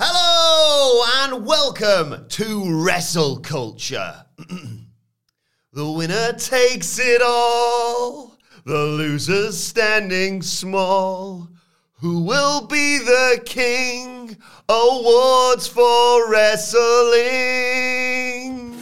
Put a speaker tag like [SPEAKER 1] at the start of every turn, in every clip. [SPEAKER 1] Hello and welcome to Wrestle Culture. the winner takes it all, the loser's standing small. Who will be the king? Awards for wrestling.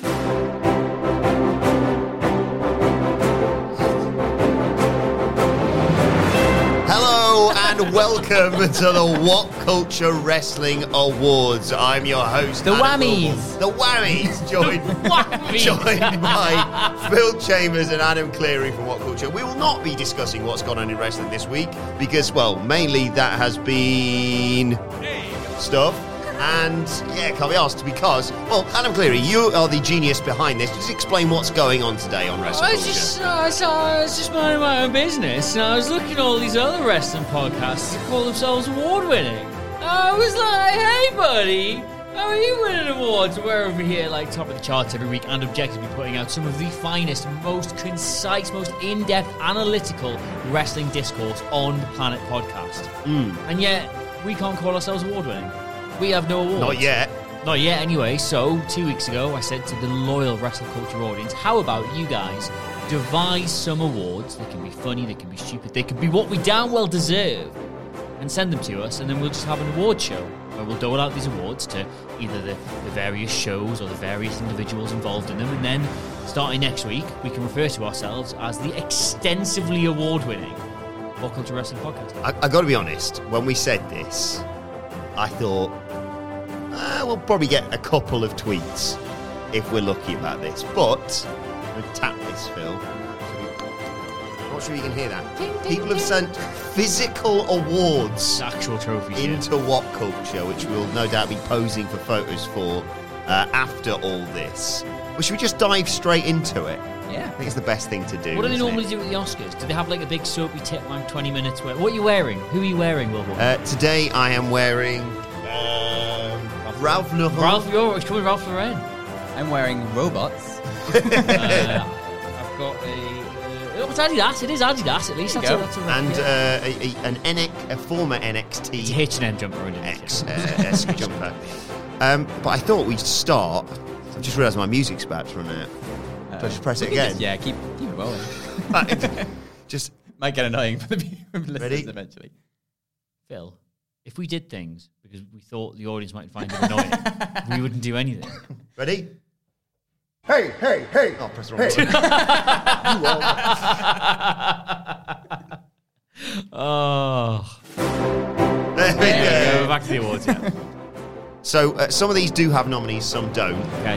[SPEAKER 1] Hello and welcome to the What Culture Wrestling Awards. I'm your host,
[SPEAKER 2] The
[SPEAKER 1] Adam
[SPEAKER 2] whammies.
[SPEAKER 1] Wilborn. The whammies, joined, joined by Phil Chambers and Adam Cleary from What Culture. We will not be discussing what's gone on in wrestling this week because, well, mainly that has been stuff. And yeah, can't be asked because, well, Adam Cleary, you are the genius behind this. Just explain what's going on today on wrestling.
[SPEAKER 2] I was
[SPEAKER 1] Culture.
[SPEAKER 2] just, I was, I was just minding my own business, and I was looking at all these other wrestling podcasts that call themselves award winning. I was like, hey, buddy, how are you winning awards? We're over here, like, top of the charts every week, and objectively putting out some of the finest, most concise, most in depth, analytical wrestling discourse on the Planet Podcast.
[SPEAKER 1] Hmm.
[SPEAKER 2] And yet, we can't call ourselves award winning. We have no awards.
[SPEAKER 1] Not yet.
[SPEAKER 2] Not yet, anyway. So, two weeks ago, I said to the loyal wrestling culture audience, how about you guys devise some awards? They can be funny, they can be stupid, they can be what we damn well deserve, and send them to us, and then we'll just have an award show where we'll dole out these awards to either the, the various shows or the various individuals involved in them, and then starting next week, we can refer to ourselves as the extensively award winning What Culture Wrestling Podcast.
[SPEAKER 1] I, I got to be honest. When we said this, I thought ah, we'll probably get a couple of tweets if we're lucky about this. But I'm gonna tap this, Phil. I'm Not sure you can hear that. People have sent physical awards
[SPEAKER 2] It's actual trophies. yeah.
[SPEAKER 1] into what culture, which we'll no doubt be posing for photos for uh, after all this. Well, should we just dive straight into it?
[SPEAKER 2] Yeah.
[SPEAKER 1] I think it's the best thing to do.
[SPEAKER 2] What do
[SPEAKER 1] isn't
[SPEAKER 2] they
[SPEAKER 1] it?
[SPEAKER 2] normally do at the Oscars? Do they have like a big soapy tip around 20 minutes where what are you wearing? Who are you wearing, Wilbur?
[SPEAKER 1] Uh, today I am wearing um, Ralph Lauren.
[SPEAKER 2] Ralph, you're it's coming Ralph Lauren.
[SPEAKER 3] I'm wearing robots.
[SPEAKER 2] I've got a. Uh, it's Adidas. It is Adidas at least.
[SPEAKER 3] There
[SPEAKER 2] That's
[SPEAKER 3] you
[SPEAKER 2] a,
[SPEAKER 3] go.
[SPEAKER 2] that's a,
[SPEAKER 1] and
[SPEAKER 2] yeah.
[SPEAKER 1] uh, a, a, an NX, a former
[SPEAKER 2] it's
[SPEAKER 1] NXT
[SPEAKER 2] a H&M jumper underneath.
[SPEAKER 1] X uh, esque jumper. Um, but I thought we'd start. I've just realised my music's about to run out. So I just press it
[SPEAKER 3] You
[SPEAKER 1] again.
[SPEAKER 3] can just- yeah, keep keep it rolling.
[SPEAKER 1] Right. just
[SPEAKER 3] Might get annoying for the people listeners
[SPEAKER 1] Ready?
[SPEAKER 3] eventually.
[SPEAKER 2] Phil, if we did things because we thought the audience might find it annoying, we wouldn't do anything.
[SPEAKER 1] ready?
[SPEAKER 4] Hey, hey, hey.
[SPEAKER 1] Oh, press the wrong button.
[SPEAKER 2] Oh,
[SPEAKER 1] There we
[SPEAKER 2] yeah,
[SPEAKER 1] go.
[SPEAKER 2] we're back to the awards. Yeah.
[SPEAKER 1] So uh, some of these do have nominees, some don't.
[SPEAKER 2] Okay.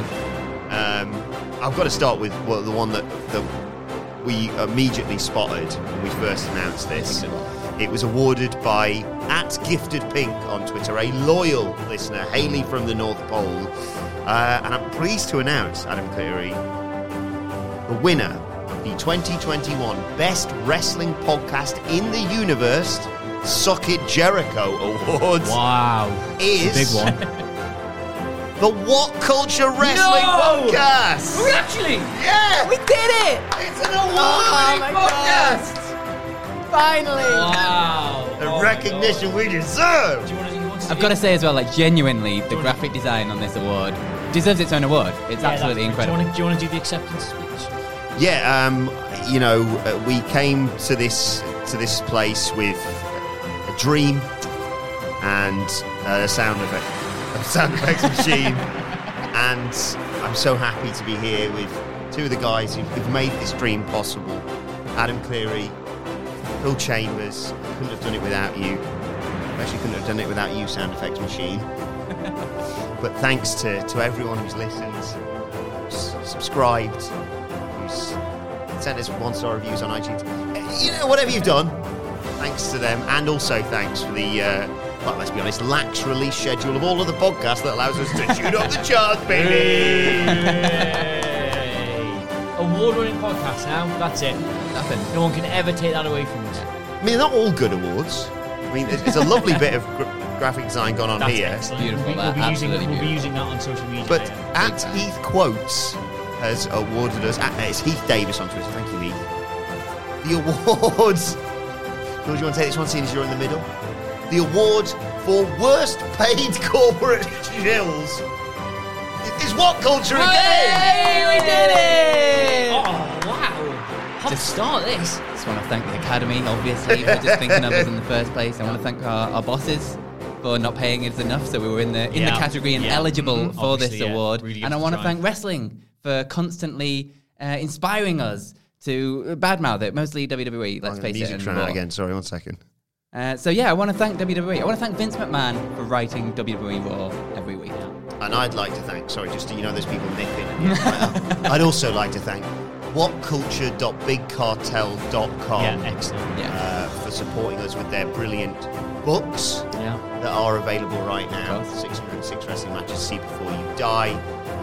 [SPEAKER 1] Um, I've got to start with well, the one that, that we immediately spotted when we first announced this. It was awarded by at Gifted Pink on Twitter, a loyal listener, Haley from the North Pole. Uh, and I'm pleased to announce, Adam Cleary, the winner of the 2021 Best Wrestling Podcast in the Universe Sock It Jericho Awards
[SPEAKER 2] Wow.
[SPEAKER 1] is
[SPEAKER 2] Big one.
[SPEAKER 1] the What Culture Wrestling
[SPEAKER 2] No!
[SPEAKER 1] Podcast.
[SPEAKER 2] we actually.
[SPEAKER 1] Yeah!
[SPEAKER 3] We did it!
[SPEAKER 1] It's an award-winning podcast!
[SPEAKER 3] Finally!
[SPEAKER 2] Wow.
[SPEAKER 1] The
[SPEAKER 2] Oh my God.
[SPEAKER 1] recognition we deserve!
[SPEAKER 2] Do you want to, you want to it's.
[SPEAKER 3] I've got to say as well, like genuinely, the
[SPEAKER 2] wanna-
[SPEAKER 3] graphic design on this award deserves its own award. It's
[SPEAKER 2] Yeah,
[SPEAKER 3] absolutely
[SPEAKER 2] that's-
[SPEAKER 3] incredible.
[SPEAKER 2] Do you want to do the acceptance speech?
[SPEAKER 1] Yeah, um, you know, uh, we came to this to this place with a dream and a sound effect, a sound effects machine, and I'm so happy to be here with two of the guys who've, who've made this dream possible: Adam Cleary, Phil Chambers. Couldn't have done it without you. Actually, couldn't have done it without you, sound effects machine. but thanks to, to everyone who's listened, s- subscribed, who's sent us one star reviews on iTunes. Uh, You know, whatever you've done, thanks to them, and also thanks for the, uh, well, let's be honest, lax release schedule of all of the podcasts that allows us to tune up the charts, baby.
[SPEAKER 2] Award winning podcast now. That's it.
[SPEAKER 3] Nothing.
[SPEAKER 2] No one can ever take that away from us.
[SPEAKER 1] I mean, not all good awards. I mean, it's, it's a lovely bit of gra- graphic design gone on
[SPEAKER 2] That's
[SPEAKER 1] here.
[SPEAKER 2] excellent.
[SPEAKER 3] Beautiful,
[SPEAKER 2] We'll be,
[SPEAKER 3] that-
[SPEAKER 2] we'll be using,
[SPEAKER 3] absolutely
[SPEAKER 2] we'll be
[SPEAKER 3] beautiful.
[SPEAKER 2] using that on social media.
[SPEAKER 1] But
[SPEAKER 2] yeah.
[SPEAKER 1] at Heath Quotes has awarded us, at, it's Heath Davis on Twitter, thank you, Heath. The awards. George, you want to take this one, seeing as you're in the middle? The award for worst paid corporate chills is what culture again?
[SPEAKER 3] we did it!
[SPEAKER 2] Oh, wow. Hot start, Oh, this.
[SPEAKER 3] just want to thank the Academy, obviously, for just thinking of us in the first place. I want to thank our, our bosses for not paying us enough, so we were in the in
[SPEAKER 2] Yeah.
[SPEAKER 3] the category and
[SPEAKER 2] Yeah.
[SPEAKER 3] eligible
[SPEAKER 2] Mhm.
[SPEAKER 3] for this
[SPEAKER 2] Obviously, yeah.
[SPEAKER 3] award.
[SPEAKER 2] Really gives
[SPEAKER 3] and I
[SPEAKER 2] us
[SPEAKER 3] want to
[SPEAKER 2] time.
[SPEAKER 3] thank wrestling for constantly uh, inspiring us to badmouth it, mostly WWE. Let's
[SPEAKER 1] Oh,
[SPEAKER 3] face it.
[SPEAKER 1] Music's
[SPEAKER 3] and
[SPEAKER 1] run out
[SPEAKER 3] Raw.
[SPEAKER 1] again, sorry, one second.
[SPEAKER 3] Uh, so yeah, I want to thank WWE. I want to thank Vince McMahon for writing WWE Raw every week.
[SPEAKER 1] And I'd like to thank, sorry, just, you know, there's people nipping. I'd also like to thank whatculture.bigcartel.com
[SPEAKER 2] Yeah, excellent.
[SPEAKER 3] Oh. Yeah.
[SPEAKER 1] uh, for supporting us with their brilliant books.
[SPEAKER 2] Yeah.
[SPEAKER 1] that are available right now.
[SPEAKER 3] Of course.
[SPEAKER 1] 606 wrestling matches, see before you die.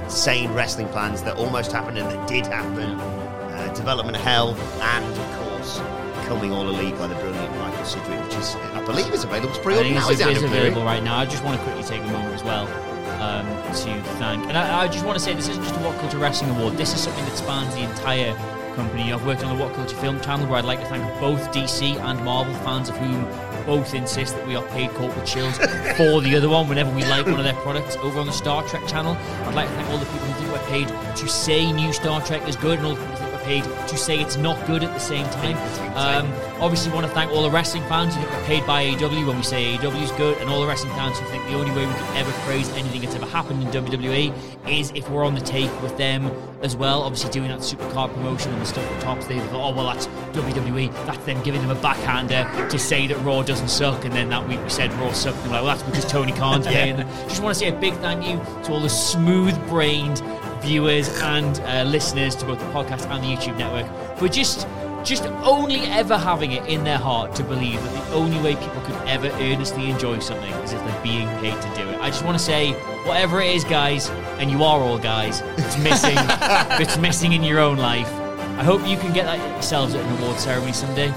[SPEAKER 1] Insane wrestling plans that almost happened and that did happen. Uh, development hell, and of course, coming all elite by the brilliant Michael Sidgwick, which is, I believe, is available to
[SPEAKER 2] I
[SPEAKER 1] pre-order
[SPEAKER 2] think
[SPEAKER 1] now.
[SPEAKER 2] it's,
[SPEAKER 1] Is it
[SPEAKER 2] it's
[SPEAKER 1] Adam Cleary?
[SPEAKER 2] available right now. I just want to quickly take a moment as well um, to thank, and I, I just want to say this isn't just a What Culture Wrestling Award. This is something that spans the entire company. You know, I've worked on the What Culture Film Channel, where I'd like to thank both DC and Marvel fans, of whom both insist that we are paid corporate chills for the other one whenever we like one of their products. Over on the Star Trek channel, I'd like to thank all the people who think we're paid to say new Star Trek is good, and all the people who think we're paid to say it's not good at the same time. Um, obviously, want to thank all the wrestling fans who think we're paid by AEW when we say AEW is good, and all the wrestling fans who think the only way we can ever praise anything that's ever happened in WWE is if we're on the take with them as well. Obviously, doing that supercard promotion and the stuff at tops, they thought, oh, well, that's WWE. That's them giving them a backhander to say that Raw doesn't suck, and then that week we said Raw sucked, and we're like, well, that's because Tony Khan's here. And just want to say a big thank you to all the smooth brained viewers and uh, listeners to both the podcast and the YouTube network for just just only ever having it in their heart to believe that the only way people could ever earnestly enjoy something is if they're being paid to do it. I just want to say, whatever it is, guys, and you are all guys, it's missing, it's missing in your own life. I hope you can get that yourselves at an award ceremony someday.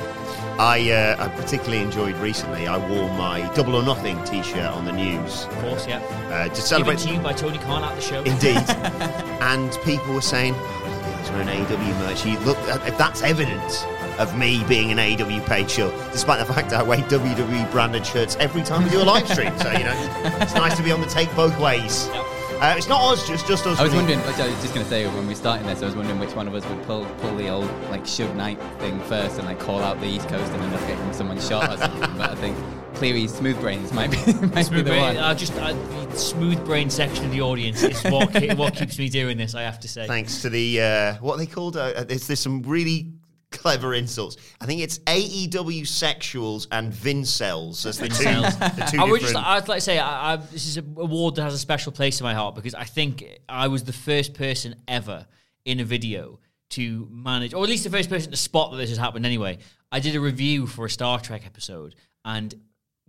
[SPEAKER 1] I, uh, I particularly enjoyed recently. I wore my Double or Nothing T-shirt on the news
[SPEAKER 2] Of course, yeah.
[SPEAKER 1] uh, to
[SPEAKER 2] Given
[SPEAKER 1] celebrate.
[SPEAKER 2] to you by Tony Khan at the show.
[SPEAKER 1] Indeed. and people were saying, oh, there's an AEW merch. You look, if that's evidence of me being an AEW paid shirt, despite the fact that I wear WWE branded shirts every time we do a live stream. So, you know, it's nice to be on the take both ways.
[SPEAKER 2] Yep.
[SPEAKER 1] Uh, it's not us, just, just us.
[SPEAKER 3] I was
[SPEAKER 1] really.
[SPEAKER 3] wondering. I was just gonna say when we were starting this, I was wondering which one of us would pull pull the old like Shug Knight thing first and like call out the East Coast and end up getting someone shot or something. but I think clearly Smooth Brains might be might
[SPEAKER 2] Smooth
[SPEAKER 3] be the
[SPEAKER 2] brain,
[SPEAKER 3] one.
[SPEAKER 2] uh, just uh, the smooth brain section of the audience is what, ke- what keeps me doing this. I have to say.
[SPEAKER 1] Thanks to the, uh, what are they called? Uh, uh, there's, there's some really clever insults. I think it's AEW sexuals and Vincells. That's the two,
[SPEAKER 2] Vincells.
[SPEAKER 1] the two
[SPEAKER 2] I
[SPEAKER 1] different-
[SPEAKER 2] would just, I'd like to say, I, I, this is an award that has a special place in my heart because I think I was the first person ever in a video to manage, or at least the first person to spot that this has happened. Anyway, I did a review for a Star Trek episode, and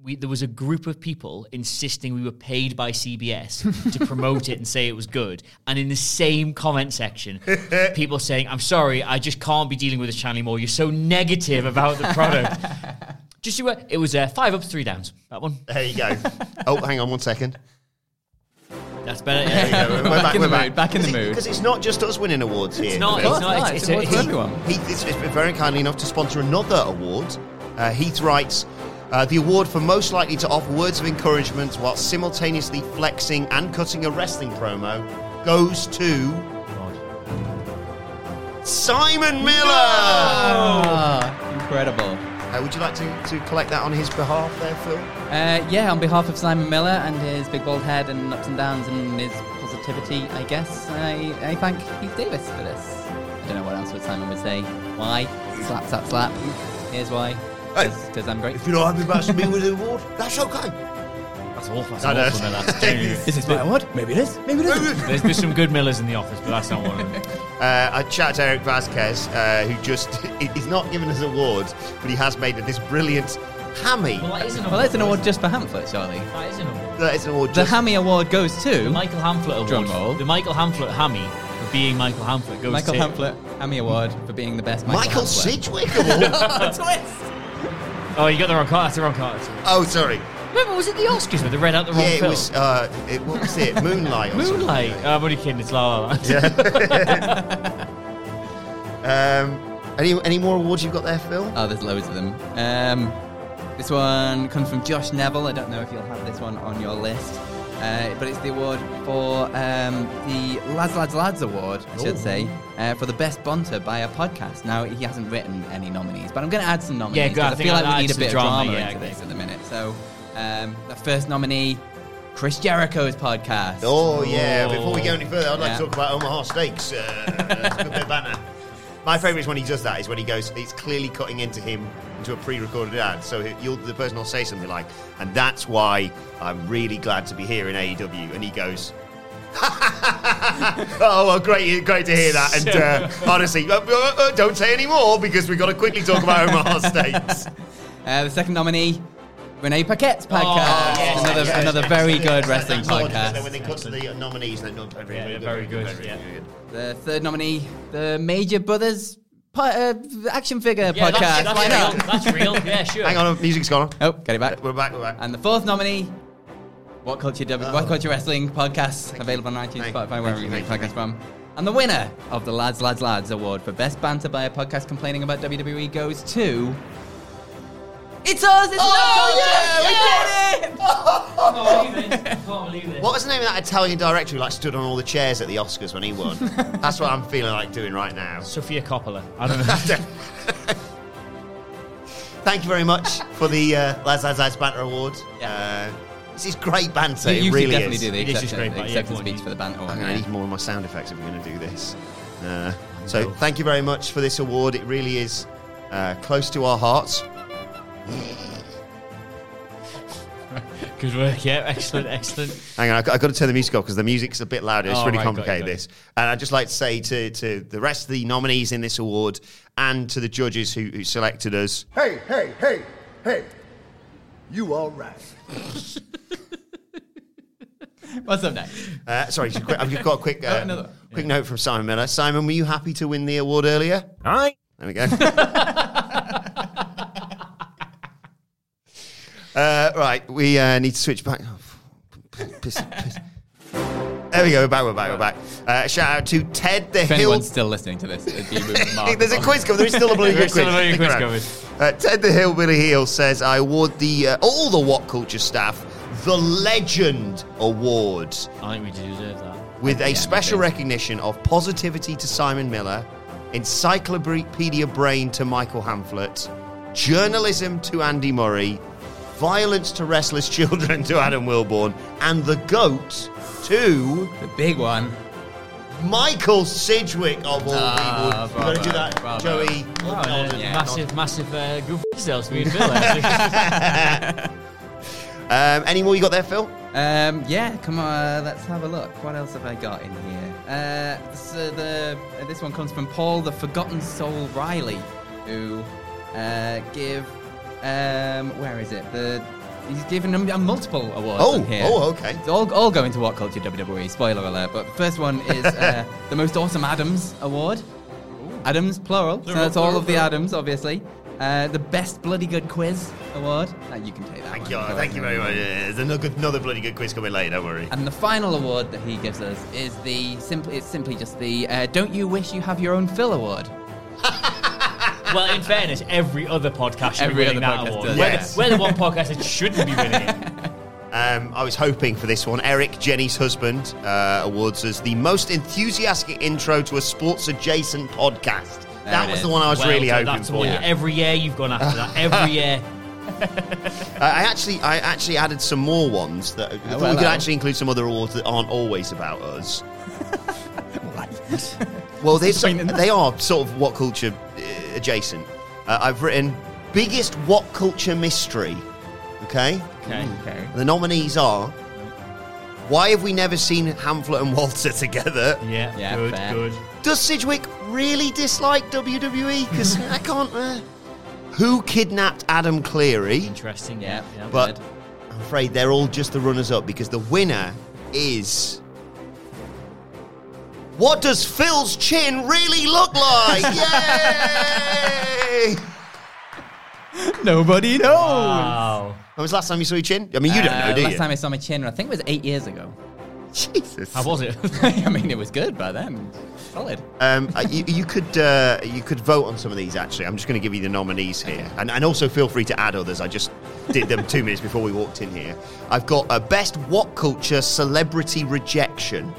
[SPEAKER 2] we, there was a group of people insisting we were paid by CBS to promote it and say it was good. And in the same comment section, people saying, "I'm sorry, I just can't be dealing with this channel anymore. You're so negative about the product." Just you were, it was uh, five ups, three downs. That one.
[SPEAKER 1] there you go. oh, hang on one second.
[SPEAKER 2] That's better. Yeah.
[SPEAKER 1] we're
[SPEAKER 3] Back in the mood, back in the mood.
[SPEAKER 1] Because it's not just us winning awards here.
[SPEAKER 2] not,
[SPEAKER 1] Phil.
[SPEAKER 2] it's not,
[SPEAKER 3] Nice,
[SPEAKER 2] it's,
[SPEAKER 3] it
[SPEAKER 2] it's,
[SPEAKER 3] was
[SPEAKER 2] it's,
[SPEAKER 3] everyone.
[SPEAKER 1] Heath is, has been very kindly enough to sponsor another award. Uh, Heath writes, Uh, the award for most likely to offer words of encouragement while simultaneously flexing and cutting a wrestling promo goes to Simon Miller.
[SPEAKER 3] Ah, incredible.
[SPEAKER 1] Uh, would you like to, to collect that on his behalf, there, Phil?
[SPEAKER 3] Uh, yeah, on behalf of Simon Miller and his big bald head and ups and downs and his positivity, I guess, I, I thank Keith Davis for this. I don't know what else would Simon would say. Why? Slap, slap, slap. Here's why. Because I'm great.
[SPEAKER 1] If you're not happy about me with the award, that's okay.
[SPEAKER 2] That's awful. That's
[SPEAKER 1] I know.
[SPEAKER 2] awful. Miller. That's genuine.
[SPEAKER 3] Is this my award? Maybe it is. Maybe it isn't.
[SPEAKER 2] There's, there's some good Millers in the office, but that's not one of them.
[SPEAKER 1] Uh, I chatted to Eric Vasquez, uh, who just he- he's not given us awards, but he has made this brilliant hammy.
[SPEAKER 2] Well, that is an award.
[SPEAKER 3] well, that's an award just for Hamlet, surely.
[SPEAKER 2] That is an award.
[SPEAKER 1] That is an award.
[SPEAKER 3] The
[SPEAKER 1] just-
[SPEAKER 3] Hammy Award goes
[SPEAKER 2] The
[SPEAKER 3] to
[SPEAKER 2] Michael Hamflet award.
[SPEAKER 3] Drum roll.
[SPEAKER 2] The Michael Hamflet hammy for being Michael Hamflet goes
[SPEAKER 3] Michael
[SPEAKER 2] to
[SPEAKER 3] Hamlet Hammy Award for being the best Michael
[SPEAKER 1] Michael
[SPEAKER 3] Hamlet.
[SPEAKER 1] Sidgwick award.
[SPEAKER 2] Oh, you got the wrong card. That's the wrong card.
[SPEAKER 1] oh, sorry.
[SPEAKER 2] Remember, was it the Oscars with the red out the wrong
[SPEAKER 1] Yeah, it
[SPEAKER 2] film?
[SPEAKER 1] was. Uh, it, what was it? Moonlight. Or
[SPEAKER 2] Moonlight. Oh, I'm only kidding. It's La La Land.
[SPEAKER 1] Something. Um, any any more awards you've got there, Phil?
[SPEAKER 3] Oh, there's loads of them. Um, this one comes from Josh Neville. I don't know if you'll have this one on your list, uh, but it's the award for um, the Lads Lads Lads Award, I should say, uh, for the best Bonter by a podcast. Now he hasn't written any nominees, but I'm going to add some nominees.
[SPEAKER 2] Yeah, go on,
[SPEAKER 3] 'cause
[SPEAKER 2] I
[SPEAKER 3] I
[SPEAKER 2] think
[SPEAKER 3] feel
[SPEAKER 2] I'll
[SPEAKER 3] like we
[SPEAKER 2] add
[SPEAKER 3] need a
[SPEAKER 2] some
[SPEAKER 3] bit of
[SPEAKER 2] drama,
[SPEAKER 3] drama
[SPEAKER 2] yeah,
[SPEAKER 3] into
[SPEAKER 2] okay.
[SPEAKER 3] this at the minute. So um, the first nominee, Chris Jericho's podcast.
[SPEAKER 1] Oh yeah. Before we go any further, I'd like
[SPEAKER 3] Yeah.
[SPEAKER 1] to talk about Omaha Steaks. Uh, it's a good bit of banter. My favourite is when he does that. Is when he goes. It's clearly cutting into him into a pre-recorded ad. So he- you'll, the person will say something like, "And that's why I'm really glad to be here in AEW." And he goes. oh well, great, great to hear that. And uh, honestly, uh, uh, uh, don't say any more because we've got to quickly talk about Omaha Steaks.
[SPEAKER 3] Uh, the second nominee, Renee Paquette's podcast.
[SPEAKER 2] yes,
[SPEAKER 3] another
[SPEAKER 1] yes,
[SPEAKER 3] another
[SPEAKER 1] yes,
[SPEAKER 3] very
[SPEAKER 1] yes,
[SPEAKER 3] good
[SPEAKER 1] yes,
[SPEAKER 3] wrestling
[SPEAKER 1] that's odd, because
[SPEAKER 3] podcast.
[SPEAKER 1] then When they cut to the nominees, they're not very,
[SPEAKER 2] Yeah,
[SPEAKER 1] very,
[SPEAKER 2] they're
[SPEAKER 1] good,
[SPEAKER 2] very good,
[SPEAKER 1] very
[SPEAKER 2] yeah.
[SPEAKER 1] good.
[SPEAKER 3] The third nominee, the Major Brothers po- uh, action figure
[SPEAKER 2] Yeah,
[SPEAKER 3] podcast.
[SPEAKER 2] that's,
[SPEAKER 3] Why
[SPEAKER 2] that's,
[SPEAKER 3] not?
[SPEAKER 2] real. That's real. Yeah, sure.
[SPEAKER 1] Hang on, music's gone.
[SPEAKER 3] Oh, got it back.
[SPEAKER 1] We're back. We're back.
[SPEAKER 3] And the fourth nominee, What Culture W-
[SPEAKER 1] Oh.
[SPEAKER 3] What Culture Wrestling podcast,
[SPEAKER 1] Thank
[SPEAKER 3] available
[SPEAKER 1] you.
[SPEAKER 3] on iTunes,
[SPEAKER 1] Thank-
[SPEAKER 3] Spotify,
[SPEAKER 1] thank
[SPEAKER 3] wherever
[SPEAKER 1] you,
[SPEAKER 3] you get
[SPEAKER 1] thank you.
[SPEAKER 3] podcasts from. And the winner of the Lads Lads Lads Award for Best Banter by a Podcast Complaining About WWE goes to. It's us! It's oh, yeah, we did it!
[SPEAKER 2] I can't believe it. I can't believe it.
[SPEAKER 1] What was the name of that Italian director who like stood on all the chairs at the Oscars when he won? That's what I'm feeling like doing right now.
[SPEAKER 2] Sophia Coppola. I don't know.
[SPEAKER 1] Thank you very much for the uh, Lads Lads Lads Banter Award. Uh, this is great banter.
[SPEAKER 3] you
[SPEAKER 1] it
[SPEAKER 3] should
[SPEAKER 1] really
[SPEAKER 3] definitely
[SPEAKER 1] is.
[SPEAKER 3] do the
[SPEAKER 2] It is just
[SPEAKER 3] acceptance,
[SPEAKER 2] great, but yeah,
[SPEAKER 3] acceptance
[SPEAKER 2] come on,
[SPEAKER 3] speech
[SPEAKER 2] you-
[SPEAKER 3] for the banter one.
[SPEAKER 1] I'm
[SPEAKER 3] yeah.
[SPEAKER 1] going to need more of my sound effects if we're going to do this. Uh, so thank you very much for this award. It really is uh, close to our hearts.
[SPEAKER 2] Good work. Yeah, excellent, excellent.
[SPEAKER 1] Hang on, I've got, I've got to turn the music off because the music's a bit louder. It's
[SPEAKER 2] Oh,
[SPEAKER 1] really
[SPEAKER 2] right, got it,
[SPEAKER 1] complicated,
[SPEAKER 2] got it.
[SPEAKER 1] this. And I'd just like to say to, to the rest of the nominees in this award and to the judges who, who selected us,
[SPEAKER 4] Hey, hey, hey, hey. You all right?
[SPEAKER 3] What's up next?
[SPEAKER 1] Uh, sorry, just quick, I've just got a quick, uh,
[SPEAKER 3] another.
[SPEAKER 1] quick note from Simon Miller. Simon, were you happy to win the award earlier?
[SPEAKER 5] Aye.
[SPEAKER 1] There we go. uh, right, we uh, need to switch back. Oh, p- p- piss- piss. There we go. We're back. We're back. We're back. Uh, shout out to Ted the
[SPEAKER 3] If
[SPEAKER 1] Hill.
[SPEAKER 3] anyone's still listening to this, it'd be
[SPEAKER 1] Hey,
[SPEAKER 3] remarkable.
[SPEAKER 1] There's a quiz coming. There is still a bloody
[SPEAKER 2] There
[SPEAKER 1] good
[SPEAKER 2] is still a bloody
[SPEAKER 1] quiz.
[SPEAKER 2] quiz
[SPEAKER 1] Stick around. Uh, Ted the Hill Billy Heel says, "I award the uh, all the What Culture staff the Legend Award
[SPEAKER 2] I think we do deserve that.
[SPEAKER 1] with a special
[SPEAKER 3] we do.
[SPEAKER 1] recognition of positivity to Simon Miller, encyclopedia brain to Michael Hamflet, journalism to Andy Murray, violence to restless children to Adam Wilborn, and the goat to."
[SPEAKER 3] The big one.
[SPEAKER 1] Michael Sidgwick of all
[SPEAKER 3] Ah,
[SPEAKER 1] people. We've got to do
[SPEAKER 3] bravo,
[SPEAKER 1] that,
[SPEAKER 3] bravo.
[SPEAKER 1] Joey.
[SPEAKER 2] Oh, and, uh,
[SPEAKER 3] yeah.
[SPEAKER 2] Massive, massive uh, good sales for you, Phil. actually.
[SPEAKER 1] Um, any more you got there, Phil?
[SPEAKER 3] Um, yeah, come on, let's have a look. What else have I got in here? Uh, so the uh, this one comes from Paul, the Forgotten Soul Riley, who uh, give um, where is it? The he's given a, a multiple awards.
[SPEAKER 1] Oh,
[SPEAKER 3] on here.
[SPEAKER 1] oh, okay.
[SPEAKER 3] It's all all going to what culture WWE? Spoiler alert! But the first one is uh, the most awesome Adams award. Adams, plural. so that's all of the Adams, obviously. Uh, the best bloody good quiz award. Uh, you can take that.
[SPEAKER 1] Thank
[SPEAKER 3] one,
[SPEAKER 1] you.
[SPEAKER 3] of course.
[SPEAKER 1] Thank you very much. Yeah, There's another, another bloody good quiz coming later, don't worry.
[SPEAKER 3] And the final award that he gives us is the simply it's simply just the uh, "Don't You Wish You Have Your Own Phil" award.
[SPEAKER 2] well, in fairness, every other podcast should
[SPEAKER 3] Every
[SPEAKER 2] be winning
[SPEAKER 3] other
[SPEAKER 2] that
[SPEAKER 3] podcast
[SPEAKER 2] award.
[SPEAKER 3] does,
[SPEAKER 2] We're,
[SPEAKER 3] yes.
[SPEAKER 2] the, we're the one podcast that shouldn't be winning it.
[SPEAKER 1] Um, I was hoping for this one. Eric, Jenny's husband, uh, awards us the most enthusiastic intro to a sports adjacent podcast.
[SPEAKER 3] There
[SPEAKER 1] that
[SPEAKER 3] it
[SPEAKER 1] was
[SPEAKER 3] is.
[SPEAKER 1] the one I was
[SPEAKER 2] Well
[SPEAKER 1] really
[SPEAKER 2] done.
[SPEAKER 1] hoping
[SPEAKER 2] That's the
[SPEAKER 1] for.
[SPEAKER 2] one you- Every year you've gone after that. Every year.
[SPEAKER 1] Uh, I actually, I actually added some more ones that I thought
[SPEAKER 3] well,
[SPEAKER 1] we could
[SPEAKER 3] well.
[SPEAKER 1] actually include some other awards that aren't always about us. well, they so, they are sort of what culture uh, adjacent. Uh, I've written biggest what culture mystery. Okay,
[SPEAKER 2] Okay.
[SPEAKER 3] Okay.
[SPEAKER 1] the nominees are. Why have we never seen Hamlet and Walter together?
[SPEAKER 2] Yeah,
[SPEAKER 3] Yeah,
[SPEAKER 2] good,
[SPEAKER 3] fair.
[SPEAKER 2] good.
[SPEAKER 1] Does Sidgwick really dislike WWE? Because I can't. Uh, who kidnapped Adam Cleary?
[SPEAKER 2] Interesting.
[SPEAKER 3] Yeah.
[SPEAKER 2] Yeah. yeah.
[SPEAKER 1] But I'm afraid they're all just the runners up because the winner is. What does Phil's chin really look like? Yay!
[SPEAKER 3] Nobody knows.
[SPEAKER 2] wow.
[SPEAKER 1] When was the last time you saw your chin? I mean, you don't know,
[SPEAKER 3] Ah. Uh,
[SPEAKER 1] do
[SPEAKER 3] last
[SPEAKER 1] you?
[SPEAKER 3] time I saw my chin, I think it was eight years ago.
[SPEAKER 1] Jesus.
[SPEAKER 2] How was it?
[SPEAKER 3] I mean, it was good by then. Solid.
[SPEAKER 1] Um, uh, you, you could uh, you could vote on some of these. Actually, I'm just going to give you the nominees here, and, and also feel free to add others. I just did them two minutes before we walked in here. I've got a best what culture celebrity rejection.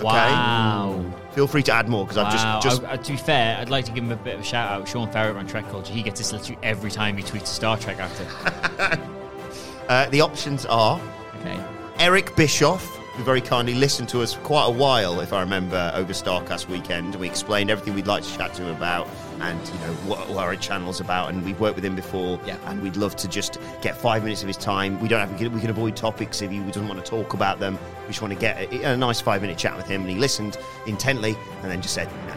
[SPEAKER 2] Wow.
[SPEAKER 1] Feel free to add more because
[SPEAKER 2] Wow.
[SPEAKER 1] I've just just
[SPEAKER 2] I- I- to be fair, I'd like to give him a bit of a shout out. Sean Ferret on Trek Culture. He gets this literally every time he tweets a Star Trek actor.
[SPEAKER 1] uh, the options are
[SPEAKER 3] Okay.
[SPEAKER 1] Eric Bischoff. Who very kindly listened to us for quite a while, if I remember, over Starcast weekend. We explained everything we'd like to chat to him about, and you know what, what our channel's about. And we've worked with him before,
[SPEAKER 3] Yeah.
[SPEAKER 1] and we'd love to just get five minutes of his time. We don't have we can, we can avoid topics if he doesn't want to talk about them. We just want to get a, a nice five minute chat with him, and he listened intently, and then just said no.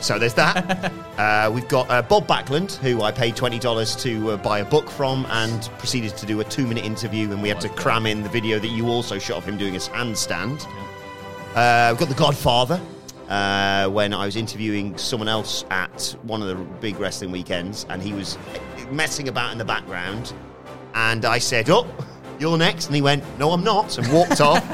[SPEAKER 1] So there's that. uh, we've got uh, Bob Backlund, who I paid twenty dollars to uh, buy a book from, and proceeded to do a two minute interview, and we had to cram in the video that you also shot of him doing a handstand. Uh, we've got The Godfather. Uh, when I was interviewing someone else at one of the big wrestling weekends, and he was messing about in the background, and I said, "Oh, you're next," and he went, "No, I'm not," and walked off.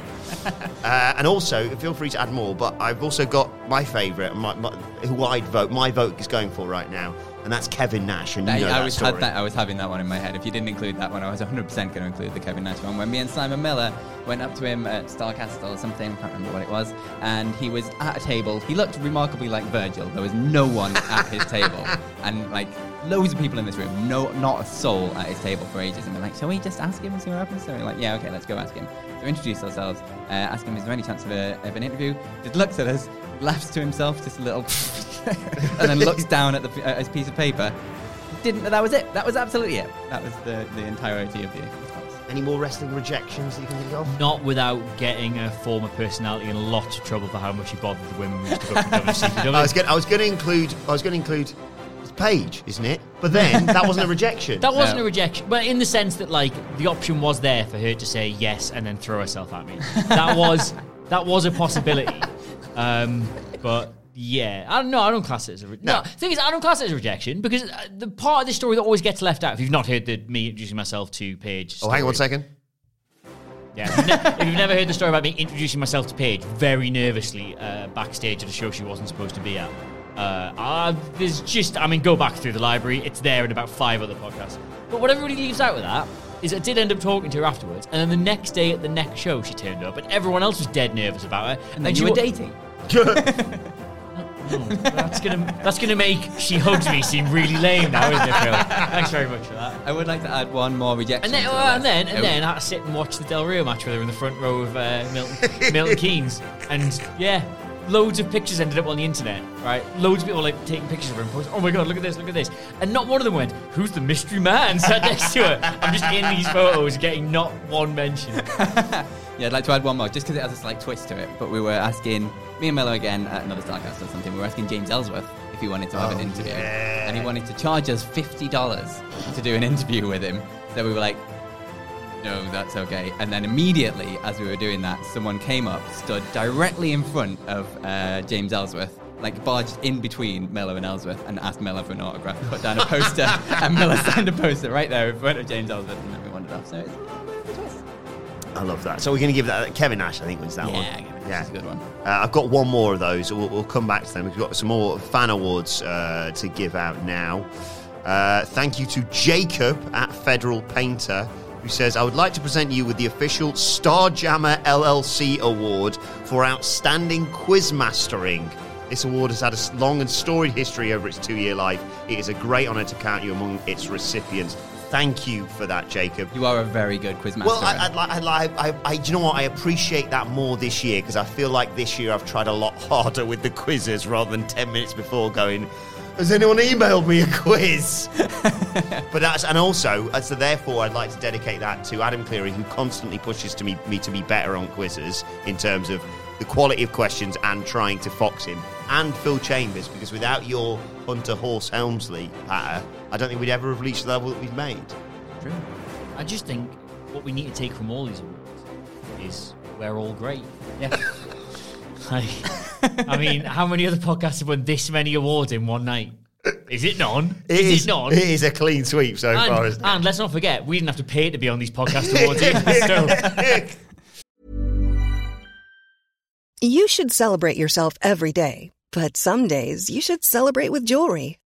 [SPEAKER 1] Uh, and also, feel free to add more, but I've also got my favourite, my, my, who I'd vote, my vote is going for right now, and that's Kevin Nash. And you
[SPEAKER 3] I,
[SPEAKER 1] know
[SPEAKER 3] I
[SPEAKER 1] that
[SPEAKER 3] was
[SPEAKER 1] story.
[SPEAKER 3] had that. I was having that one in my head. If you didn't include that one, I was 100% going to include the Kevin Nash one. When me and Simon Miller went up to him at Starcastle or something, I can't remember what it was, and he was at a table. He looked remarkably like Virgil. There was no one at his table, and like loads of people in this room, no, not a soul at his table for ages. And we're like, shall we just ask him and see what happens? So we're like, yeah, okay, let's go ask him. So we introduced ourselves, uh, asked him, is there any chance of, a, of an interview? Just looks at us, laughs to himself, just a little, and then looks down at the at his piece of paper didn't. That was it. That was absolutely it. That was the, the entirety of the response.
[SPEAKER 1] Any more wrestling rejections that you can think of?
[SPEAKER 2] Not without getting a former personality in a lot of trouble for how much he bothered the women who used to go from WCPW.
[SPEAKER 1] I was going. I was going to include. I was going to include. It's Paige, isn't it? But then that wasn't a rejection.
[SPEAKER 2] That wasn't
[SPEAKER 3] No.
[SPEAKER 2] a rejection, but in the sense that like the option was there for her to say yes and then throw herself at me. That was that was a possibility. Um, but yeah, I don't know. I don't class it as a re- no.
[SPEAKER 1] No.
[SPEAKER 2] Thing is, I don't class it as a rejection because uh, the part of the story that always gets left out. If you've not heard the me introducing myself to Paige,
[SPEAKER 1] oh, hang on one
[SPEAKER 2] story-
[SPEAKER 1] second.
[SPEAKER 2] yeah. If you've ne- if you've never heard the story about me introducing myself to Paige very nervously uh, backstage at a show she wasn't supposed to be at, uh, uh, there's just, I mean, go back through the library. It's there in about five other podcasts. But what everybody leaves out with that is I did end up talking to her afterwards. And then the next day at the next show, she turned up and everyone else was dead nervous about her.
[SPEAKER 3] And then
[SPEAKER 2] she
[SPEAKER 3] you were
[SPEAKER 2] wa-
[SPEAKER 3] dating.
[SPEAKER 2] That's going to that's gonna make She Hugs Me seem really lame now, isn't it, Phil? Thanks very much for that.
[SPEAKER 3] I would like to add one more rejection.
[SPEAKER 2] And then,
[SPEAKER 3] to the
[SPEAKER 2] well, and
[SPEAKER 3] list.
[SPEAKER 2] then, and
[SPEAKER 3] Oh,
[SPEAKER 2] then, I sit and watch the Del Rio match with her in the front row of uh, Milton, Milton Keynes, and yeah, loads of pictures ended up on the internet. Right, loads of people like taking pictures of her and posting. Oh my god, look at this, look at this, and not one of them went, "Who's the mystery man?" Sat next to her. I'm just in these photos, getting not one mention.
[SPEAKER 3] yeah, I'd like to add one more, just because it has a slight twist to it. But we were asking me and Mello again at another Starcast or something. We were asking James Ellsworth if he wanted to
[SPEAKER 1] Oh,
[SPEAKER 3] have an interview, and he wanted to charge us fifty dollars to do an interview with him. So we were like, No, that's okay. And then immediately, as we were doing that, someone came up, stood directly in front of uh, James Ellsworth, like barged in between Mello and Ellsworth, and asked Mello for an autograph, put down a poster, and Mello signed a poster right there in front of James Ellsworth, and then we wandered off. So it's a little bit of a twist.
[SPEAKER 1] I love that. So we're going to give that Kevin Nash. I think wins that one.
[SPEAKER 3] give it
[SPEAKER 1] Yeah.
[SPEAKER 3] It's a good one.
[SPEAKER 1] Uh, I've got one more of those. We'll, we'll come back to them. We've got some more fan awards uh, to give out now. Uh, thank you to Jacob at Federal Painter, who says, I would like to present you with the official Starjammer LLC Award for Outstanding Quiz Mastering. This award has had a s- long and storied history over its two year life. It is a great honour to count you among its recipients. Thank you for that, Jacob.
[SPEAKER 3] You are a very good quizmaster.
[SPEAKER 1] Well, I, I'd like, I'd like, I, I, do you know what? I appreciate that more this year because I feel like this year I've tried a lot harder with the quizzes rather than 10 minutes before going, Has anyone emailed me a quiz? but that's, and also, uh, so therefore, I'd like to dedicate that to Adam Cleary, who constantly pushes to me, me to be better on quizzes in terms of the quality of questions and trying to fox him, and Phil Chambers, because without your Hunter Horse Helmsley patter, I don't think we'd ever have reached the level that we've made.
[SPEAKER 2] I just think what we need to take from all these awards is we're all great. Yeah. I, I mean, how many other podcasts have won this many awards in one night? Is it none?
[SPEAKER 1] It
[SPEAKER 2] is
[SPEAKER 1] is,
[SPEAKER 2] it none?
[SPEAKER 1] it is a clean sweep so far,
[SPEAKER 2] and,
[SPEAKER 1] isn't
[SPEAKER 2] and let's not forget, we didn't have to pay to be on these podcast awards. either, so.
[SPEAKER 1] it?
[SPEAKER 5] You should celebrate yourself every day, but some days you should celebrate with jewelry.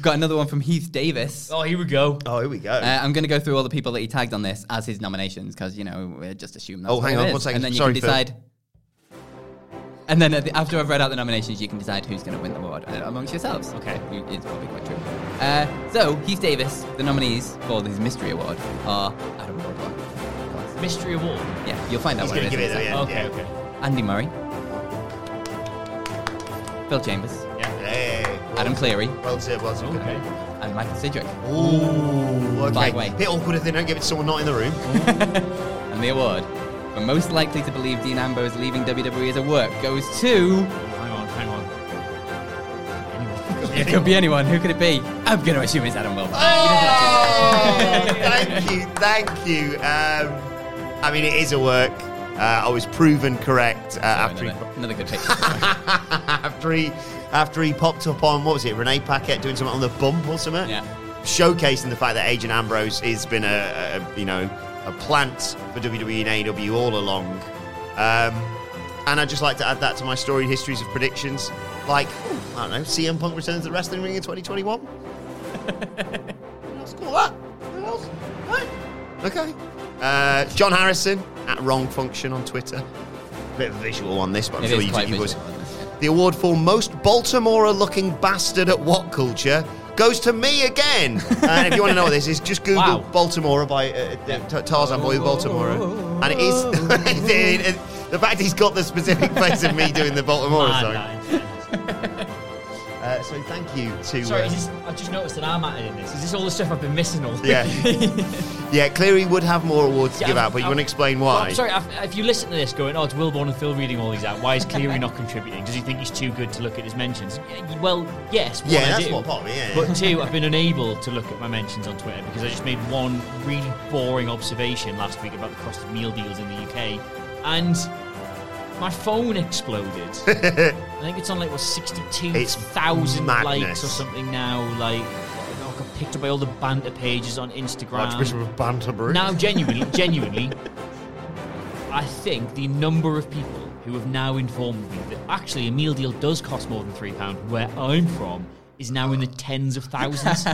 [SPEAKER 3] Got another one from Heath Davis.
[SPEAKER 2] oh, here we go.
[SPEAKER 1] Oh, here we go.
[SPEAKER 3] Uh, I'm going to go through all the people that he tagged on this as his nominations because you know we just assume. That's
[SPEAKER 1] Oh, hang
[SPEAKER 3] what
[SPEAKER 1] on,
[SPEAKER 3] it is.
[SPEAKER 1] one second.
[SPEAKER 3] And then you
[SPEAKER 1] Sorry,
[SPEAKER 3] can
[SPEAKER 1] Phil.
[SPEAKER 3] decide. And then at the, after I've read out the nominations, you can decide who's going to win the award uh, amongst yourselves.
[SPEAKER 2] Okay.
[SPEAKER 3] You- it's probably quite true. Uh, so Heath Davis, the nominees for his mystery award are Adam Broadbent.
[SPEAKER 2] Mystery award.
[SPEAKER 3] Yeah, you'll find out.
[SPEAKER 1] He's
[SPEAKER 3] what
[SPEAKER 1] gonna
[SPEAKER 3] is
[SPEAKER 1] give
[SPEAKER 3] in
[SPEAKER 1] it
[SPEAKER 3] a sec.
[SPEAKER 1] the Yeah,
[SPEAKER 2] okay,
[SPEAKER 1] yeah.
[SPEAKER 2] okay.
[SPEAKER 3] Andy Murray, Phil Chambers,
[SPEAKER 1] Hey, well-
[SPEAKER 3] Adam Cleary,
[SPEAKER 1] Well said, well said.
[SPEAKER 2] Okay.
[SPEAKER 3] and Michael Sidgwick.
[SPEAKER 1] Ooh, okay.
[SPEAKER 3] By the way.
[SPEAKER 1] Bit awkward if they don't give it to someone not in the room.
[SPEAKER 3] And the award for most likely to believe Dean Ambrose leaving WWE as a work goes to.
[SPEAKER 2] Hang on, hang on.
[SPEAKER 3] It could be anyone. Who could it be? I'm going to assume it's Adam Wilson.
[SPEAKER 1] Oh, thank you, thank you. Um, I mean, it is a work. Uh, I was proven correct uh, after, he,
[SPEAKER 3] another, another good picture.
[SPEAKER 1] after he after he popped up on what was it, Renee Paquette doing something on the bump or something.
[SPEAKER 3] Yeah.
[SPEAKER 1] showcasing the fact that Agent Ambrose has been a, a you know a plant for WWE and AEW all along. Um, and I'd just like to add that to my story and histories of predictions. Like, ooh, I don't know, CM Punk returns to the wrestling ring in 2021. what else call that? What else? What? Okay. Uh, John Harrison at Wrong Function on Twitter. Bit of a visual on this, but I'm
[SPEAKER 3] It
[SPEAKER 1] sure
[SPEAKER 3] is
[SPEAKER 1] you,
[SPEAKER 3] quite
[SPEAKER 1] you would.
[SPEAKER 3] visual, isn't it?
[SPEAKER 1] The award for most Baltimore looking bastard at what culture goes to me again. and if you want to know what this is, just Google
[SPEAKER 2] Wow.
[SPEAKER 1] Baltimore by uh, uh, T- Tarzan Boy Baltimore. And it is the, Oh, the fact he's got the specific face of me doing the Baltimore
[SPEAKER 2] Ah,
[SPEAKER 1] song.
[SPEAKER 2] nice.
[SPEAKER 1] Uh, Uh, so thank you to.
[SPEAKER 2] Sorry,
[SPEAKER 1] uh,
[SPEAKER 2] is this, I just noticed that I'm at it in this. Is this all the stuff I've been missing all
[SPEAKER 1] Yeah. yeah, Cleary would have more awards to
[SPEAKER 2] Yeah,
[SPEAKER 1] give
[SPEAKER 2] I'm-
[SPEAKER 1] out, but you
[SPEAKER 2] I'm-
[SPEAKER 1] want to explain
[SPEAKER 2] Well,
[SPEAKER 1] why?
[SPEAKER 2] I'm sorry, if, if you listen to this going, oh, it's Wilborn and Phil reading all these out, why is Cleary not contributing? Does he think he's too good to look at his mentions? Yeah, Well, yes, one,
[SPEAKER 1] Yeah,
[SPEAKER 2] I
[SPEAKER 1] that's
[SPEAKER 2] do.
[SPEAKER 1] what part of it, yeah, yeah.
[SPEAKER 2] But two, I've been unable to look at my mentions on Twitter because I just made one really boring observation last week about the cost of meal deals in the UK, and my phone exploded. I think it's on like what sixty-two thousand
[SPEAKER 1] madness.
[SPEAKER 2] likes or something now. Like, I got picked up by all the banter pages on Instagram.
[SPEAKER 1] Archbishop of Banterbury.
[SPEAKER 2] Um, Now, genuinely, genuinely, I think the number of people who have now informed me that actually a meal deal does cost more than three pound where I'm from is now in the tens of thousands.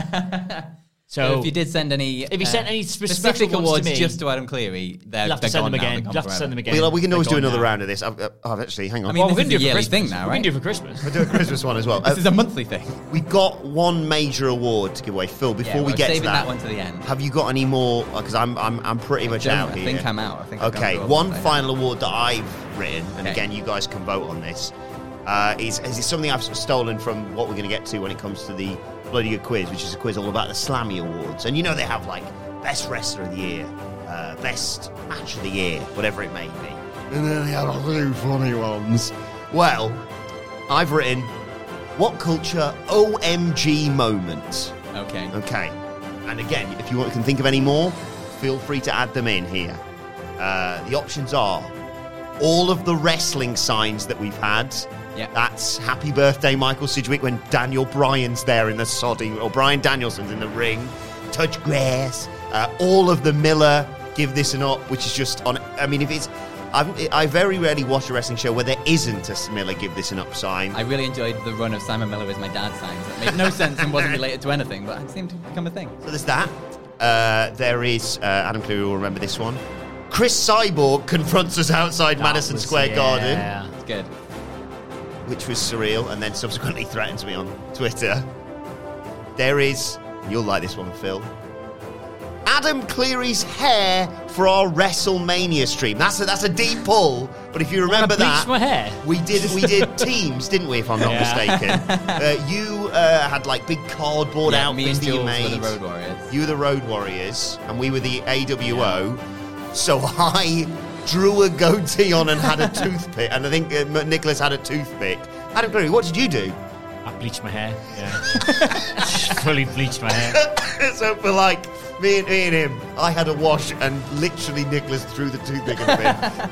[SPEAKER 2] so
[SPEAKER 3] if you did send any, uh,
[SPEAKER 2] If you sent any spe-
[SPEAKER 3] specific
[SPEAKER 2] special ones to
[SPEAKER 3] awards
[SPEAKER 2] me,
[SPEAKER 3] just to Adam Cleary, they're,
[SPEAKER 2] you'll have to
[SPEAKER 3] they're
[SPEAKER 2] send
[SPEAKER 3] gone
[SPEAKER 2] them
[SPEAKER 3] now,
[SPEAKER 2] again. You'll
[SPEAKER 3] they're gone
[SPEAKER 2] have to
[SPEAKER 3] forever.
[SPEAKER 2] send them again.
[SPEAKER 1] we, like, we can always
[SPEAKER 2] They're
[SPEAKER 1] do
[SPEAKER 2] gone
[SPEAKER 1] another
[SPEAKER 2] now.
[SPEAKER 1] round of this. I've, uh, I've actually, hang on.
[SPEAKER 3] I mean,
[SPEAKER 2] well, we're
[SPEAKER 3] this
[SPEAKER 2] going
[SPEAKER 3] is
[SPEAKER 2] to do it
[SPEAKER 3] a
[SPEAKER 2] for
[SPEAKER 3] yearly
[SPEAKER 2] Christmas.
[SPEAKER 3] thing now,
[SPEAKER 2] We're going
[SPEAKER 3] right?
[SPEAKER 2] to do it for Christmas.
[SPEAKER 1] We'll do a Christmas one as well.
[SPEAKER 3] This
[SPEAKER 1] Uh,
[SPEAKER 3] is a monthly thing.
[SPEAKER 1] we got one major award to give away. Phil, before
[SPEAKER 3] Yeah,
[SPEAKER 1] we
[SPEAKER 3] we're
[SPEAKER 1] get to
[SPEAKER 3] saving
[SPEAKER 1] that,
[SPEAKER 3] that one to the end.
[SPEAKER 1] Have you got any more? Because I'm, I'm, I'm pretty much
[SPEAKER 3] don't.
[SPEAKER 1] out
[SPEAKER 3] I
[SPEAKER 1] here.
[SPEAKER 3] think I'm out. I think I've gone
[SPEAKER 1] okay,
[SPEAKER 3] through all
[SPEAKER 1] one
[SPEAKER 3] of them.
[SPEAKER 1] final award that I've written, and
[SPEAKER 3] Okay.
[SPEAKER 1] again, you guys can vote on this. Uh, is, is something I've stolen from what we're going to get to when it comes to the Bloody Good Quiz, which is a quiz all about the Slammy Awards. And you know they have like Best Wrestler of the Year, uh, Best Match of the Year, whatever it may be. And then they have a few funny ones. Well, I've written What Culture OMG Moment.
[SPEAKER 3] Okay.
[SPEAKER 1] Okay. And again, if you want- can think of any more, feel free to add them in here. Uh, the options are all of the wrestling signs that we've had.
[SPEAKER 3] Yeah.
[SPEAKER 1] That's happy birthday, Michael Sidgwick, when Daniel Bryan's there in the sodding, or Brian Danielson's in the ring. Touch grass. Uh, all of the Miller, give this an up, which is just on. I mean, if it's. I've, I very rarely watch a wrestling show where there isn't a Miller, give this an up sign.
[SPEAKER 3] I really enjoyed the run of Simon Miller as my dad signs. It made no sense and wasn't related to anything, but it seemed to become a thing.
[SPEAKER 1] So there's that. Uh, there is uh, Adam Cleary will remember this one. Chris Cyborg confronts us outside Madison
[SPEAKER 2] was-
[SPEAKER 1] Square
[SPEAKER 2] yeah.
[SPEAKER 1] Garden,
[SPEAKER 3] It's good.
[SPEAKER 1] which was surreal, and then subsequently threatens me on Twitter. There is, you'll like this one, Phil. Adam Cleary's hair for our WrestleMania stream. That's a, that's a deep pull, but if you remember
[SPEAKER 2] bleach
[SPEAKER 1] that,
[SPEAKER 2] my hair?
[SPEAKER 1] we did we did teams, didn't we? If I'm not
[SPEAKER 2] Yeah.
[SPEAKER 1] mistaken, uh, you uh, had like big cardboard
[SPEAKER 3] Yeah,
[SPEAKER 1] outfits
[SPEAKER 3] me and
[SPEAKER 1] that you
[SPEAKER 3] Jules
[SPEAKER 1] made.
[SPEAKER 3] were the Road Warriors.
[SPEAKER 1] You were the Road Warriors, and we were the AWO. So I drew a goatee on and had a toothpick, and I think uh, Nicholas had a toothpick. Adam Cleary, what did you do?
[SPEAKER 2] I bleached my hair. Yeah. Fully bleached my hair.
[SPEAKER 1] so for like me and, me and him, I had a wash, and literally Nicholas threw the toothpick in the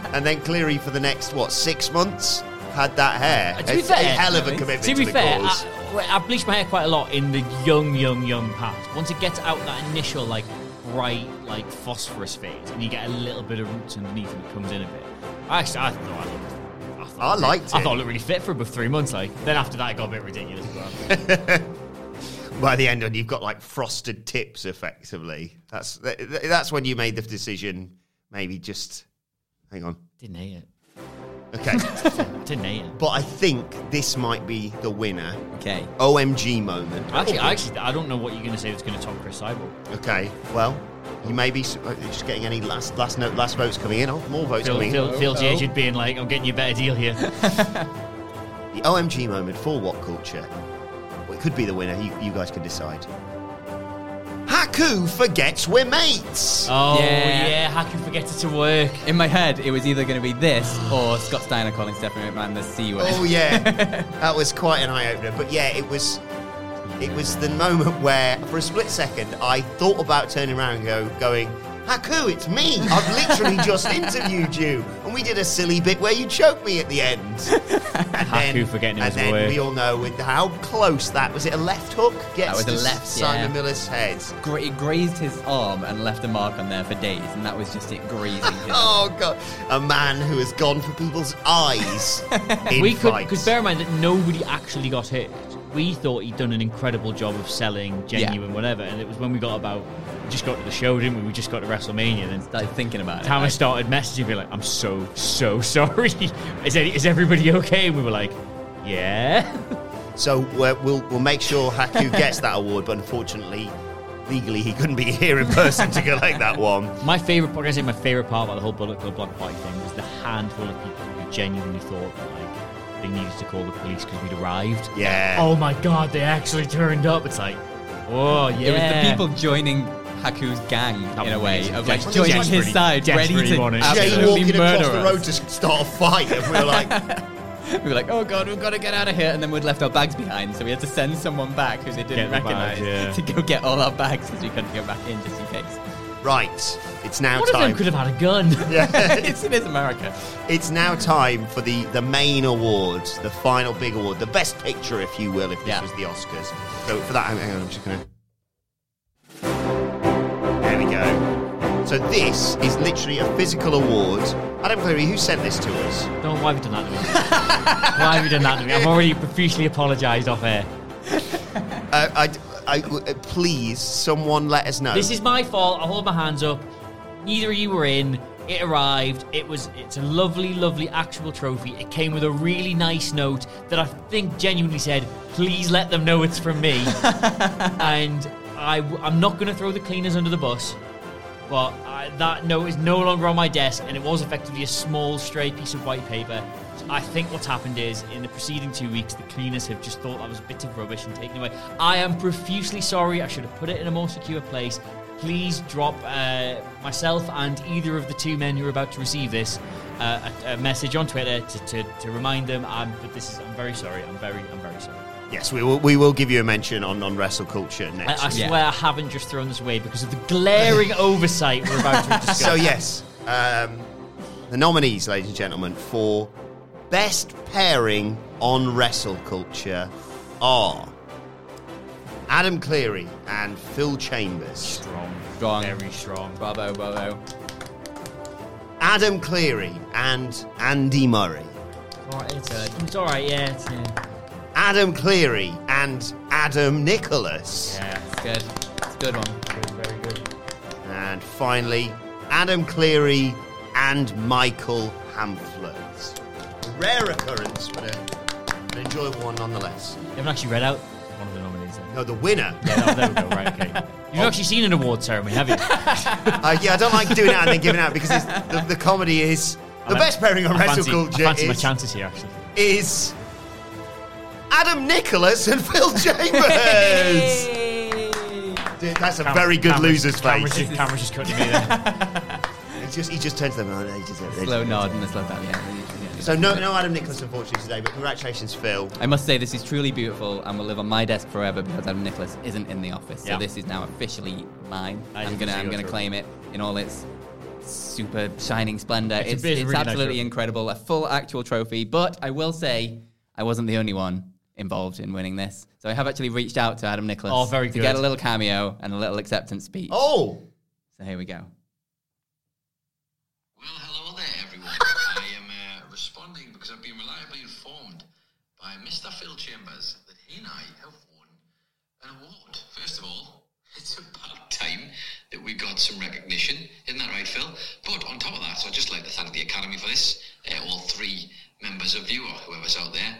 [SPEAKER 1] bin, and then Cleary for the next what six months had that hair.
[SPEAKER 2] Uh, to be
[SPEAKER 1] It's
[SPEAKER 2] fair,
[SPEAKER 1] a hell of a commitment
[SPEAKER 2] to be
[SPEAKER 1] the
[SPEAKER 2] fair,
[SPEAKER 1] cause.
[SPEAKER 2] I, well, I bleached my hair quite a lot in the young, young, young past. Once it gets out that initial like bright, like phosphorus phase, and you get a little bit of roots underneath, and it comes in a bit. I actually, I thought I looked. I, thought
[SPEAKER 1] I liked
[SPEAKER 2] I
[SPEAKER 1] it.
[SPEAKER 2] thought I looked really fit for about three months. Like then after that, it got a bit ridiculous. as well.
[SPEAKER 1] by the end, and you've got like frosted tips effectively. That's th- th- that's when you made the decision. Maybe just hang on.
[SPEAKER 2] Didn't hate it.
[SPEAKER 1] Okay,
[SPEAKER 2] Didn't hate it.
[SPEAKER 1] but I think this might be the winner.
[SPEAKER 3] Okay.
[SPEAKER 1] OMG moment.
[SPEAKER 2] Actually, I actually, I don't know what you're going to say that's going to top Chris Cyborg.
[SPEAKER 1] Okay, well, you may be s- uh, just getting any last last note last votes coming in. Oh, more votes
[SPEAKER 2] Phil,
[SPEAKER 1] coming
[SPEAKER 2] Phil,
[SPEAKER 1] in.
[SPEAKER 2] Phil Jaged being like, "I'm getting you a better deal here."
[SPEAKER 1] The OMG moment for what culture? Well, it could be the winner. You, you guys can decide. Haku forgets we're mates.
[SPEAKER 2] oh
[SPEAKER 3] Yeah.
[SPEAKER 2] yeah, how can you forget it to work?
[SPEAKER 3] In my head, it was either going to be this or Scott Steiner calling Stephanie McMahon the C word.
[SPEAKER 1] Oh yeah, that was quite an eye opener. But yeah, it was, it was the moment where, for a split second, I thought about turning around and go, going, "Haku, it's me! I've literally just interviewed you, and we did a silly bit where you choked me at the end." And
[SPEAKER 2] Haku forgetting it
[SPEAKER 1] and
[SPEAKER 2] was
[SPEAKER 1] then
[SPEAKER 2] away.
[SPEAKER 1] we all know with how close that was. It a left hook gets
[SPEAKER 3] was a
[SPEAKER 1] to
[SPEAKER 3] left,
[SPEAKER 1] Simon
[SPEAKER 3] yeah.
[SPEAKER 1] Miller's head.
[SPEAKER 3] Gra- it grazed his arm and left a mark on there for days, and that was just it grazing his arm.
[SPEAKER 1] Oh god, a man who has gone for people's eyes in
[SPEAKER 2] we could
[SPEAKER 1] fights.
[SPEAKER 2] because bear in mind that nobody actually got hit. We thought he'd done an incredible job of selling genuine whatever, and it was when we got about we just got to the show, didn't we? We just got to WrestleMania, then
[SPEAKER 3] Started thinking about it.
[SPEAKER 2] Thomas started messaging me like, "I'm so so sorry. is any, is everybody okay?" And we were like, "Yeah."
[SPEAKER 1] So uh, we'll we'll make sure Haku gets that award, but unfortunately, legally he couldn't be here in person to collect that one.
[SPEAKER 2] My favorite, part- I say my favorite part about the whole Bullet Club Block Party thing was the handful of people who genuinely thought that, like they needed to call the police because we'd arrived.
[SPEAKER 1] Yeah.
[SPEAKER 2] Oh my god, they actually turned up. It's like, oh yeah.
[SPEAKER 3] It was the people joining Haku's gang
[SPEAKER 2] That
[SPEAKER 3] in a
[SPEAKER 2] was
[SPEAKER 3] way
[SPEAKER 2] amazing.
[SPEAKER 3] of like
[SPEAKER 2] Desperate-
[SPEAKER 3] joining his
[SPEAKER 2] desperately-
[SPEAKER 3] side, ready
[SPEAKER 2] desperately
[SPEAKER 3] to
[SPEAKER 2] wanted-
[SPEAKER 1] Jay
[SPEAKER 3] absolutely
[SPEAKER 1] walking
[SPEAKER 3] murder
[SPEAKER 1] across the road to s- start a fight, and we were like,
[SPEAKER 3] us. We were like, oh god, we've got to get out of here, and then we'd left our bags behind, so we had to send someone back who they
[SPEAKER 2] Get
[SPEAKER 3] didn't
[SPEAKER 2] the bag,
[SPEAKER 3] recognise
[SPEAKER 2] yeah.
[SPEAKER 3] to go get all our bags because we couldn't go back in just in case.
[SPEAKER 1] right, it's now
[SPEAKER 2] One of
[SPEAKER 1] time.
[SPEAKER 2] them could have had a gun.
[SPEAKER 3] it's, it is America.
[SPEAKER 1] It's now time for the, the main award, the final big award, the best picture, if you will, if this
[SPEAKER 3] Yeah.
[SPEAKER 1] was the Oscars. So for that, hang, hang on, I'm just gonna. There we go. So this is literally a physical award. Adam Cleary, who sent this to us?
[SPEAKER 2] Don't. Why have you done that to me? why have you done that to me? I've already profusely apologised off air.
[SPEAKER 1] Uh, I, I, uh, please, someone let us know.
[SPEAKER 2] This is my fault. I hold my hands up. Neither of you were in. It arrived. It was. It's a lovely, lovely actual trophy. It came with a really nice note that I think genuinely said, "Please let them know it's from me." and I, am not going to throw the cleaners under the bus. But I, that note is no longer on my desk, and it was effectively a small, straight piece of white paper. I think what's happened is, in the preceding two weeks, the cleaners have just thought that was a bit of rubbish and taken it away. I am profusely sorry. I should have put it in a more secure place. Please drop uh, myself and either of the two men who are about to receive this uh, a, a message on Twitter to, to, to remind them. i but this is, I'm very sorry. I'm very, I'm very sorry.
[SPEAKER 1] yes, we will, we will give you a mention on on Wrestle Culture next.
[SPEAKER 2] I, I
[SPEAKER 1] week.
[SPEAKER 2] swear I haven't just thrown this away because of the glaring oversight we're about to discuss.
[SPEAKER 1] so yes, um, the nominees, ladies and gentlemen, for best pairing on Wrestle Culture are Adam Cleary and Phil Chambers.
[SPEAKER 2] strong,
[SPEAKER 3] Strong.
[SPEAKER 2] very strong.
[SPEAKER 3] Bravo, bravo.
[SPEAKER 1] Adam Cleary and Andy Murray.
[SPEAKER 2] All right, it's, it's all right. Yeah, it's, yeah.
[SPEAKER 1] Adam Cleary and Adam Nicholas.
[SPEAKER 3] It's good. It's a good one.
[SPEAKER 1] And finally, Adam Cleary and Michael Hamflet. A Rare occurrence, but a, an enjoyable one nonetheless.
[SPEAKER 2] You haven't actually read out one of the nominees. Then.
[SPEAKER 1] No, the winner.
[SPEAKER 2] Yeah, no, Oh, there we go. Right, okay. Oh. You've actually seen an award ceremony, have you?
[SPEAKER 1] Uh, yeah, I don't like doing it and then giving out because it's, the, the comedy is the
[SPEAKER 2] I-
[SPEAKER 1] best pairing on
[SPEAKER 2] I
[SPEAKER 1] Wrestle
[SPEAKER 2] fancy,
[SPEAKER 1] Culture
[SPEAKER 2] I fancy my
[SPEAKER 1] is,
[SPEAKER 2] chances here, actually.
[SPEAKER 1] is Adam Nicholas and Phil Chambers. Dude, that's a very good
[SPEAKER 2] Cameron-
[SPEAKER 1] loser's
[SPEAKER 2] Cameron
[SPEAKER 1] face.
[SPEAKER 2] just- Cameron just cutting me there.
[SPEAKER 1] It's just, he just turns them on. He just, they
[SPEAKER 3] Slow
[SPEAKER 1] just-
[SPEAKER 3] nod and a slow bow. Yeah. yeah.
[SPEAKER 1] So no, no Adam Nicholas unfortunately today, but congratulations, Phil.
[SPEAKER 3] I must say this is truly beautiful and will live on my desk forever because Adam Nicholas isn't in the office.
[SPEAKER 2] Yeah.
[SPEAKER 3] So this is now officially mine.
[SPEAKER 2] I
[SPEAKER 3] I'm
[SPEAKER 2] didn't
[SPEAKER 3] gonna
[SPEAKER 2] see
[SPEAKER 3] I'm
[SPEAKER 2] your
[SPEAKER 3] gonna
[SPEAKER 2] throat.
[SPEAKER 3] claim it in all its super shining splendor.
[SPEAKER 2] It's a-
[SPEAKER 3] It's it's,
[SPEAKER 2] it's a really nice
[SPEAKER 3] absolutely
[SPEAKER 2] trophy.
[SPEAKER 3] incredible. A full actual trophy, but I will say I wasn't the only one involved in winning this. So I have actually reached out to Adam Nicholas
[SPEAKER 2] Oh, very
[SPEAKER 3] to
[SPEAKER 2] good.
[SPEAKER 3] get a little cameo and a little acceptance speech.
[SPEAKER 1] Oh,
[SPEAKER 3] So here we go.
[SPEAKER 6] Well, hello there, everyone. I am uh, responding because I've been reliably informed by Mr. Phil Chambers that he and I have won an award. First of all, it's about time that we got some recognition. Isn't that right, Phil? But on top of that, I'd just like to thank the Academy for this, uh, all three members of you or whoever's out there.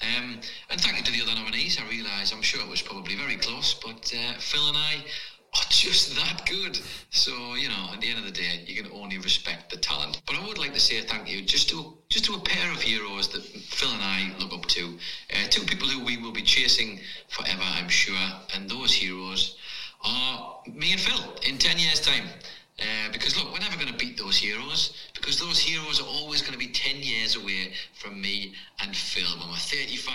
[SPEAKER 6] Um, and thank you to the other nominees. I realise I'm sure it was probably very close, but uh, Phil and I are just that good. So you know, at the end of the day, you can only respect the talent. But I would like to say thank you just to just to a pair of heroes that Phil and I look up to, uh, two people who we will be chasing forever, I'm sure. And those heroes are me and Phil in ten years' time. Uh, because look, we're never going to beat those heroes because those heroes are always going to be 10 years away from me and Phil. When we're 35,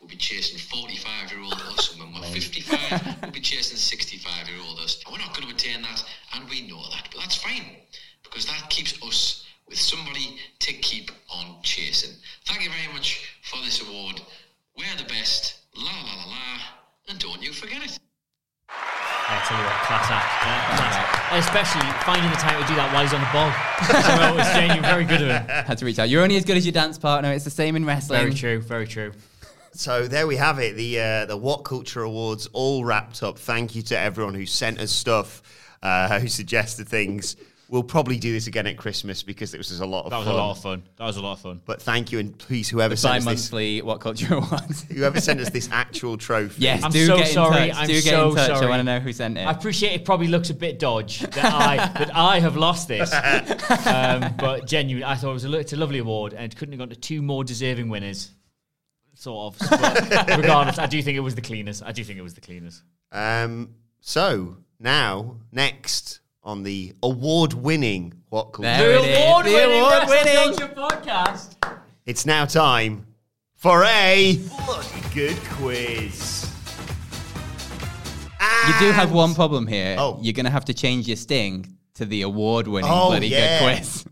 [SPEAKER 6] we'll be chasing 45 year old us, and when we're 55, we'll be chasing 65 year old us. And we're not going to attain that, and we know that, but that's fine because that keeps us with somebody to keep on chasing. Thank you very much for this award. We're the best, la la la la, and don't you forget it.
[SPEAKER 2] I tell you what, class act. Yeah, class act. Especially finding the time to do that while he's on the ball. so well, it's genuine, very good of him.
[SPEAKER 3] Had to reach out. You're only as good as your dance partner. It's the same in wrestling.
[SPEAKER 2] Very true, very true.
[SPEAKER 1] so there we have it. The uh, the What Culture Awards all wrapped up. Thank you to everyone who sent us stuff, uh, who suggested things. We'll probably do this again at Christmas because it was just a lot of
[SPEAKER 2] That was
[SPEAKER 1] fun.
[SPEAKER 2] a lot of fun. That was a lot of fun.
[SPEAKER 1] But thank you, and please, whoever sent us this,
[SPEAKER 3] Bi-monthly What Culture Awards.
[SPEAKER 1] whoever sent us this actual trophy.
[SPEAKER 3] Yes,
[SPEAKER 2] I'm
[SPEAKER 3] do
[SPEAKER 2] so
[SPEAKER 3] get in
[SPEAKER 2] sorry,
[SPEAKER 3] touch.
[SPEAKER 2] I'm
[SPEAKER 3] do get
[SPEAKER 2] so
[SPEAKER 3] in touch.
[SPEAKER 2] sorry.
[SPEAKER 3] I want to know who sent it.
[SPEAKER 2] I appreciate it probably looks a bit dodge that I that I have lost this, um, but genuine. I thought it was a, lo- it's a lovely award, and it couldn't have gone to two more deserving winners. sort of. But regardless, I do think it was the cleanest. I do think it was the cleanest.
[SPEAKER 1] Um, so now, next on the award-winning what
[SPEAKER 3] There
[SPEAKER 1] culture,
[SPEAKER 3] it is.
[SPEAKER 2] award-winning
[SPEAKER 3] The award-winning.
[SPEAKER 2] Wrestling Culture podcast.
[SPEAKER 1] it's now time for a bloody good quiz.
[SPEAKER 3] You do have
[SPEAKER 1] And-
[SPEAKER 3] one problem here.
[SPEAKER 1] Oh.
[SPEAKER 3] You're going to have to change your sting to the award winning
[SPEAKER 1] Oh,
[SPEAKER 3] bloody
[SPEAKER 1] yeah.
[SPEAKER 3] good quiz.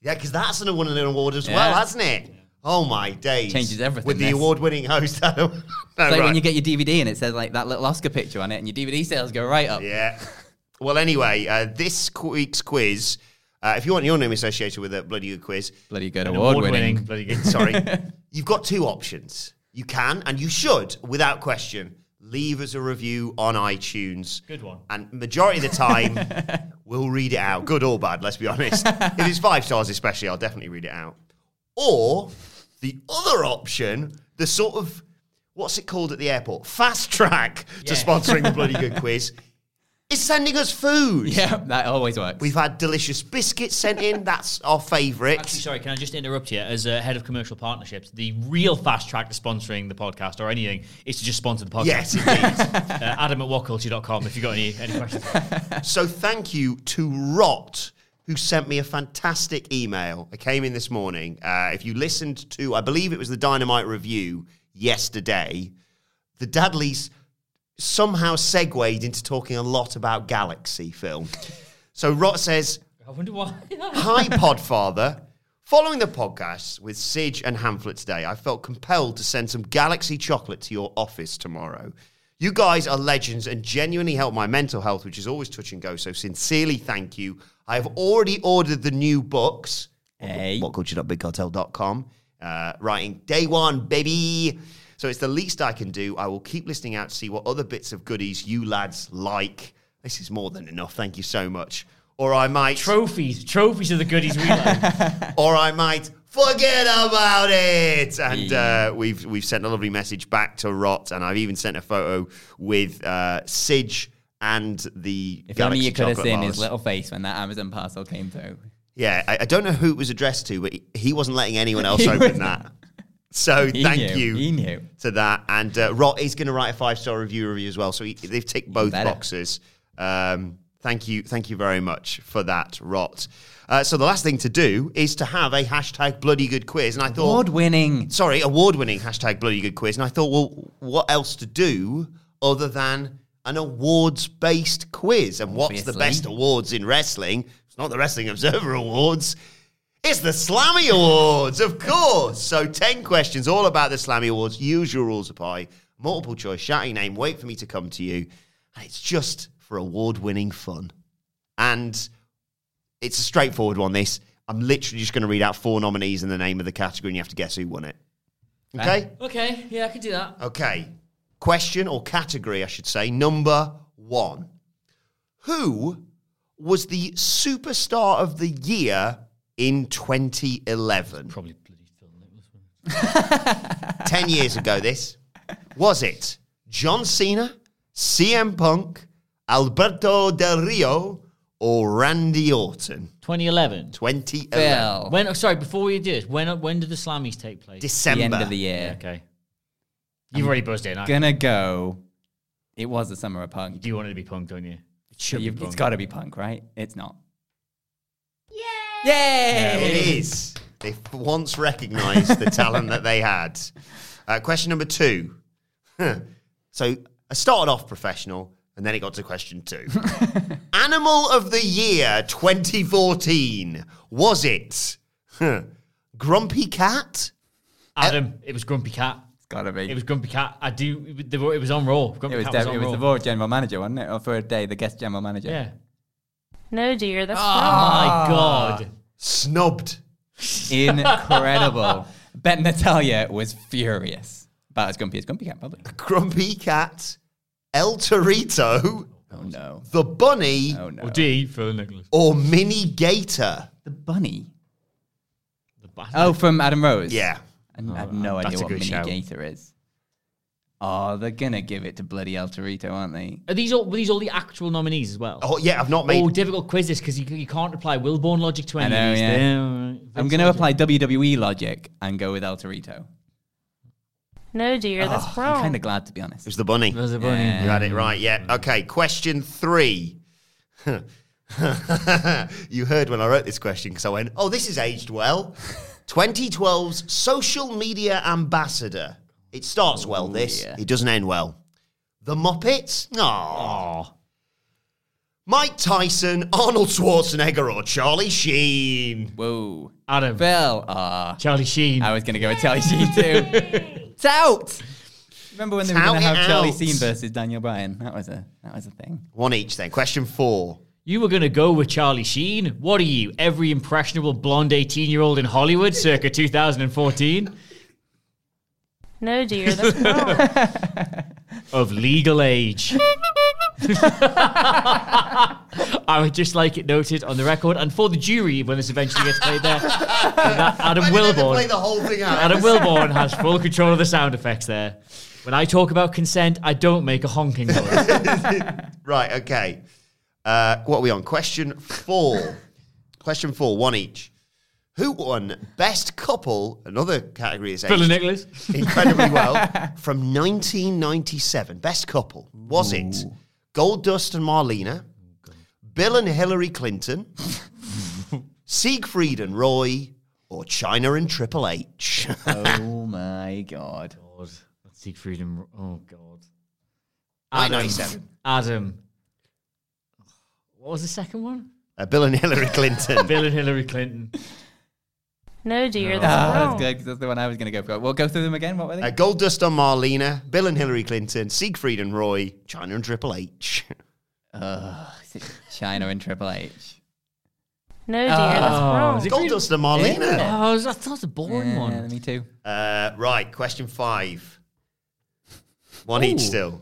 [SPEAKER 1] Yeah, because that's an won an award as
[SPEAKER 3] Yeah.
[SPEAKER 1] well, hasn't it? Oh my days!
[SPEAKER 3] Changes everything,
[SPEAKER 1] with the
[SPEAKER 3] this.
[SPEAKER 1] award-winning host. Adam. No,
[SPEAKER 3] It's like
[SPEAKER 1] right.
[SPEAKER 3] when you get your DVD and it says like that little Oscar picture on it, and your DVD sales go right up.
[SPEAKER 1] Yeah. Well, anyway, uh, this qu- week's quiz. Uh, if you want your name associated with a bloody good quiz,
[SPEAKER 3] Bloody good
[SPEAKER 2] An
[SPEAKER 3] award winning.
[SPEAKER 2] award-winning bloody good.
[SPEAKER 1] sorry, you've got two options. You can and you should, without question, leave us a review on iTunes.
[SPEAKER 2] Good one.
[SPEAKER 1] And majority of the time, we'll read it out, good or bad. Let's be honest. if it's five stars, especially, I'll definitely read it out. Or the other option, the sort of what's it called at the airport? Fast track to
[SPEAKER 2] Yeah.
[SPEAKER 1] sponsoring the bloody good quiz. Is sending us food.
[SPEAKER 3] Yeah, that always works.
[SPEAKER 1] We've had delicious biscuits sent in. That's our favourite.
[SPEAKER 2] Actually, sorry, can I just interrupt you? As a head of commercial partnerships, the real fast track to sponsoring the podcast or anything is to just sponsor the podcast.
[SPEAKER 1] Yes, indeed.
[SPEAKER 2] Uh, Adam at whatculture.com if you've got any, any questions.
[SPEAKER 1] so thank you to Rot, who sent me a fantastic email. I came in this morning. Uh, if you listened to, I believe it was the Dynamite review yesterday, the Dadleys somehow segued into talking a lot about Galaxy film. so Rot says,
[SPEAKER 2] I wonder why.
[SPEAKER 1] Hi, Podfather. Following the podcast with Sige and Hamlet today, I felt compelled to send some Galaxy chocolate to your office tomorrow. You guys are legends and genuinely help my mental health, which is always touch and go. So sincerely, thank you. I have already ordered the new books.
[SPEAKER 3] Hey.
[SPEAKER 1] Whatculture.bigcartel.com. Uh, writing day one, baby. So it's the least I can do. I will keep listening out to see what other bits of goodies you lads like. This is more than enough. Thank you so much. Or I might
[SPEAKER 2] trophies. Trophies are the goodies we like.
[SPEAKER 1] or I might forget about it. And uh, we've we've sent a lovely message back to Rot, and I've even sent a photo with uh, Sige and the
[SPEAKER 3] if
[SPEAKER 1] Galaxy
[SPEAKER 3] only you could have
[SPEAKER 1] chocolate
[SPEAKER 3] seen
[SPEAKER 1] bars.
[SPEAKER 3] his little face when that Amazon parcel came through.
[SPEAKER 1] Yeah, I, I don't know who it was addressed to, but he, he wasn't letting anyone else
[SPEAKER 3] He
[SPEAKER 1] open
[SPEAKER 3] wasn't.
[SPEAKER 1] that. So
[SPEAKER 3] He
[SPEAKER 1] thank
[SPEAKER 3] knew,
[SPEAKER 1] you
[SPEAKER 3] He knew.
[SPEAKER 1] to that. And uh, Rot is going to write a five star review review as well. So he, they've ticked both
[SPEAKER 3] Better.
[SPEAKER 1] boxes. Um, thank you, thank you very much for that, Rot. Uh, so the last thing to do is to have a hashtag bloody good quiz, and I thought
[SPEAKER 3] Award winning.
[SPEAKER 1] sorry, award winning hashtag bloody good quiz. And I thought, well, what else to do other than an awards based quiz? And what's the
[SPEAKER 3] Obviously.
[SPEAKER 1] best awards in wrestling? It's not the Wrestling Observer Awards. It's the Slammy Awards, of course. So 10 questions all about the Slammy Awards. Usual rules apply. Multiple choice, shout your name, wait for me to come to you. And it's just for award winning fun. And it's a straightforward one, this. I'm literally just going to read out four nominees and the name of the category, and you have to guess who won it. Okay?
[SPEAKER 2] okay, yeah, I can do that.
[SPEAKER 1] Okay. Question or category, I should say. Number one. Who was the superstar of the year in 2011?
[SPEAKER 2] Probably bloody Phil Nicholas.
[SPEAKER 1] 10 years ago, this. Was it John Cena, CM Punk, Alberto Del Rio, or Randy Orton?
[SPEAKER 2] 2011.
[SPEAKER 1] 2011.
[SPEAKER 3] Phil.
[SPEAKER 2] When? oh, sorry, before we do this, when when did the Slammies take place?
[SPEAKER 3] the
[SPEAKER 1] December.
[SPEAKER 3] end of the year.
[SPEAKER 2] Okay. You've already buzzed in. I,
[SPEAKER 3] Gonna go. It was the summer of punk.
[SPEAKER 2] do you want it to be punk, don't you? It should
[SPEAKER 3] You've-
[SPEAKER 2] be
[SPEAKER 3] it's
[SPEAKER 2] punk.
[SPEAKER 3] got to be punk, right? It's not.
[SPEAKER 1] It
[SPEAKER 3] Yay!
[SPEAKER 1] is. They f- once recognised the talent that they had. Uh, question number two. Huh. so I started off professional, and then it got to question two. Animal of the year 2014 was it? Huh. Grumpy cat.
[SPEAKER 2] Adam, it was Grumpy Cat.
[SPEAKER 3] It's got to be.
[SPEAKER 2] It was Grumpy Cat. I do. It was- they were- it was on Raw. Grumpy
[SPEAKER 3] It was,
[SPEAKER 2] Cat was
[SPEAKER 3] Dev-
[SPEAKER 2] on
[SPEAKER 3] it was
[SPEAKER 2] Raw.
[SPEAKER 3] the Raw general manager, wasn't it? Or for a day, the Ah. guest general manager.
[SPEAKER 2] yeah.
[SPEAKER 7] No, dear, that's
[SPEAKER 2] Oh
[SPEAKER 7] not.
[SPEAKER 2] my god.
[SPEAKER 1] Snubbed.
[SPEAKER 3] Incredible. Bet Natalia was furious. About as grumpy as Grumpy Cat, probably.
[SPEAKER 1] Grumpy cat. El Torito.
[SPEAKER 3] Oh, no.
[SPEAKER 1] The bunny.
[SPEAKER 3] Oh, no.
[SPEAKER 2] Or D Phil Nicholas.
[SPEAKER 1] Or mini gator.
[SPEAKER 3] the bunny.
[SPEAKER 2] The bastard.
[SPEAKER 3] Oh, from Adam Rose.
[SPEAKER 1] Yeah.
[SPEAKER 3] I, I have no
[SPEAKER 2] Oh, um, that's
[SPEAKER 3] idea
[SPEAKER 2] a
[SPEAKER 3] what
[SPEAKER 2] good
[SPEAKER 3] Mini
[SPEAKER 2] shout.
[SPEAKER 3] Gator is. Oh, they're going to give it to bloody El Torito, aren't they?
[SPEAKER 2] Are these all? Were these all the actual nominees as well?
[SPEAKER 1] Oh, yeah, I've not made.
[SPEAKER 2] Oh, difficult quizzes because you, you can't apply Wilborn logic to
[SPEAKER 3] I
[SPEAKER 2] any
[SPEAKER 3] know,
[SPEAKER 2] of these.
[SPEAKER 3] yeah.
[SPEAKER 2] They're-
[SPEAKER 3] E I'm going to apply WWE logic and go with El Torito.
[SPEAKER 7] No, dear, that's
[SPEAKER 3] Oh,
[SPEAKER 7] wrong.
[SPEAKER 3] I'm kind of glad to be honest.
[SPEAKER 1] It was the bunny. It
[SPEAKER 2] was the bunny.
[SPEAKER 1] You had it right. Yeah. Okay. Question three. you heard when I wrote this question because I went, "Oh, this is aged well." 2012's social media ambassador. It starts well. This. It doesn't end well. The Muppets. Aww. Mike Tyson, Arnold Schwarzenegger, or Charlie Sheen.
[SPEAKER 3] Whoa.
[SPEAKER 2] Adam.
[SPEAKER 3] Bill. Ah.
[SPEAKER 2] Charlie Sheen.
[SPEAKER 3] I was going to go with Charlie Sheen too. Tout. Remember when they were
[SPEAKER 1] Tout
[SPEAKER 3] going to
[SPEAKER 1] it
[SPEAKER 3] have Charlie
[SPEAKER 1] out.
[SPEAKER 3] Sheen versus Daniel Bryan? That was a that was a thing.
[SPEAKER 1] One each. Then question four.
[SPEAKER 2] You were going to go with Charlie Sheen? What are you, every impressionable blonde 18 year old in Hollywood circa 2014?
[SPEAKER 7] No, dear, that's wrong.
[SPEAKER 2] Of legal age. I would just like it noted on the record and for the jury when this eventually gets played there. that Adam
[SPEAKER 1] Why did they play
[SPEAKER 2] Wilborn.
[SPEAKER 1] the whole thing out.
[SPEAKER 2] Adam Wilborn has full control of the sound effects there. When I talk about consent, I don't make a honking noise.
[SPEAKER 1] Right, okay. Uh, what are we on? Question four. Question four, one each. Who won Best Couple, another category is
[SPEAKER 2] Phil and
[SPEAKER 1] aged
[SPEAKER 2] Nicholas.
[SPEAKER 1] incredibly well, from 1997? Best Couple. Was it Gold Dust and Marlena, Bill and Hillary Clinton, Siegfried and Roy, or China and Triple H?
[SPEAKER 3] oh my god.
[SPEAKER 2] God. Siegfried and. Oh, God.
[SPEAKER 1] Right, 97.
[SPEAKER 2] Adam. What was the second one?
[SPEAKER 1] Uh, Bill and Hillary Clinton.
[SPEAKER 2] Bill and Hillary Clinton.
[SPEAKER 7] Oh, No, dear, that's
[SPEAKER 3] Ah,
[SPEAKER 7] wrong.
[SPEAKER 3] that's good because that's the one I was going to go for. We'll go through them again. What were they?
[SPEAKER 1] Uh, Gold Dust on Marlena, Bill and Hillary Clinton, Siegfried and Roy, China and Triple H.
[SPEAKER 3] Ugh, is it China and Triple H.
[SPEAKER 7] No, dear, that's wrong.
[SPEAKER 2] Oh, is it-
[SPEAKER 1] Gold Dust and Marlena.
[SPEAKER 2] Oh, I was- I thought it was a boring
[SPEAKER 3] Yeah,
[SPEAKER 2] one.
[SPEAKER 3] me too.
[SPEAKER 1] Uh, right, question five. One each still.